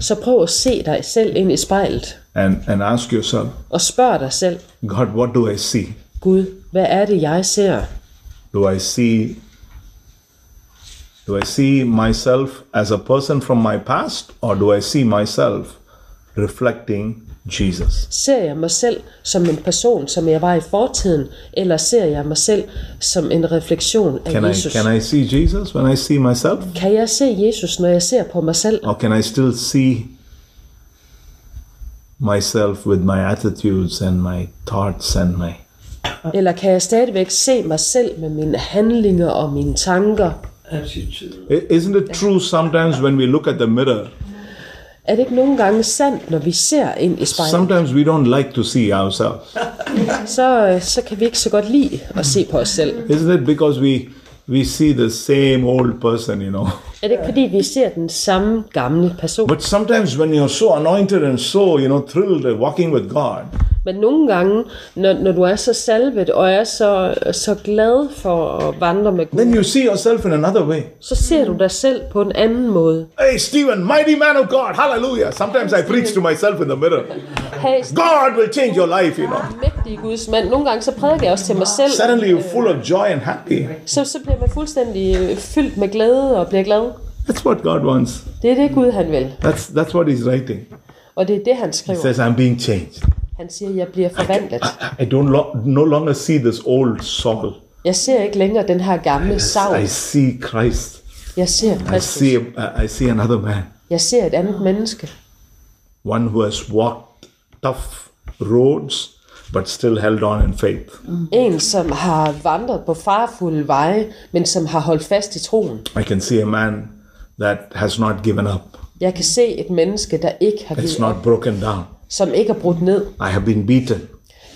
så prøv at se dig selv ind i spejlet. and, and ask yourself, Og spørg dig selv, God, what do I see? Gud, hvad er det, jeg ser? Do I see do I see myself as a person from my past or do I see myself reflecting Jesus? Ser jeg mig selv som en person, som jeg var i fortiden, eller ser jeg mig selv som en refleksion af Can I Jesus? can I see Jesus when I see myself? Kan jeg se Jesus, når jeg ser på mig selv? Or can I still see myself with my attitudes and my thoughts and my Eller kan jeg stadigvæk se mig selv med mine handlinger og mine tanker? I- Isn't it true sometimes when we look at the mirror, Er det ikke nogle gange sandt, når vi ser ind i spejlet, sometimes we don't like to see ourselves? så, øh, så kan vi ikke så godt lide at se på os selv. Isn't it because we we see the same old person, you know? Er det ikke fordi, vi ser den samme gamle person? But sometimes when you're so anointed and so, you know, thrilled at walking with God, Men nogle gange, når, når du er så salvet og er så, så glad for at vandre med then Gud, you see yourself in another way. så ser du dig selv på en anden måde. Hey, Stephen, mighty man of God, hallelujah. Sometimes I preach to myself in the mirror. Hey, God will change your life, you know. mægtige Guds mand. Nogle gange så prædiker jeg også til mig selv. Suddenly you're full of joy and happy. Så, så bliver man fuldstændig øh, fyldt med glæde og bliver glad. That's what God wants. Det er det Gud, han vil. That's that's what He's writing. Og det er det, han He skriver. says, I'm being changed. Han siger, jeg bliver forvandlet. I don't lo- no longer see this old Saul. Jeg ser ikke længere den her gamle savn. I see Christ. Jeg ser I Kristus. see uh, I see another man. Jeg ser et andet menneske. one who has walked tough roads but still held on in faith. En, som har vandret på farfulde veje, men som har holdt fast i troen. I can see a man that has not given up, Jeg kan se et menneske, der ikke har it's givet op, not broken down. som ikke er brudt ned. I have been beaten,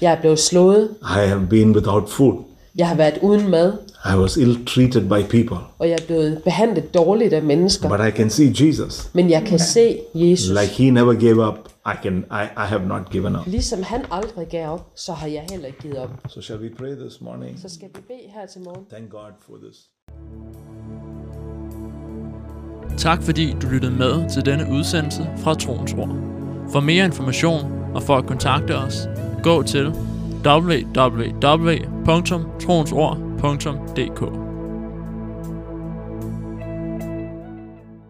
Jeg er blevet slået. I have been without food, Jeg har været uden mad, I was ill treated by people, og jeg er blevet behandlet dårligt af mennesker. but I can see Jesus Men jeg kan se Jesus. like he never gave up, I can I, I have not given up. Ligesom han aldrig gav op, så har jeg heller ikke givet op. So shall we pray this morning? Så skal vi bede her til morgen. Thank God for this. Tak fordi du lyttede med til denne udsendelse fra Troens Ord. For mere information og for at kontakte os, gå til www.troensord.dk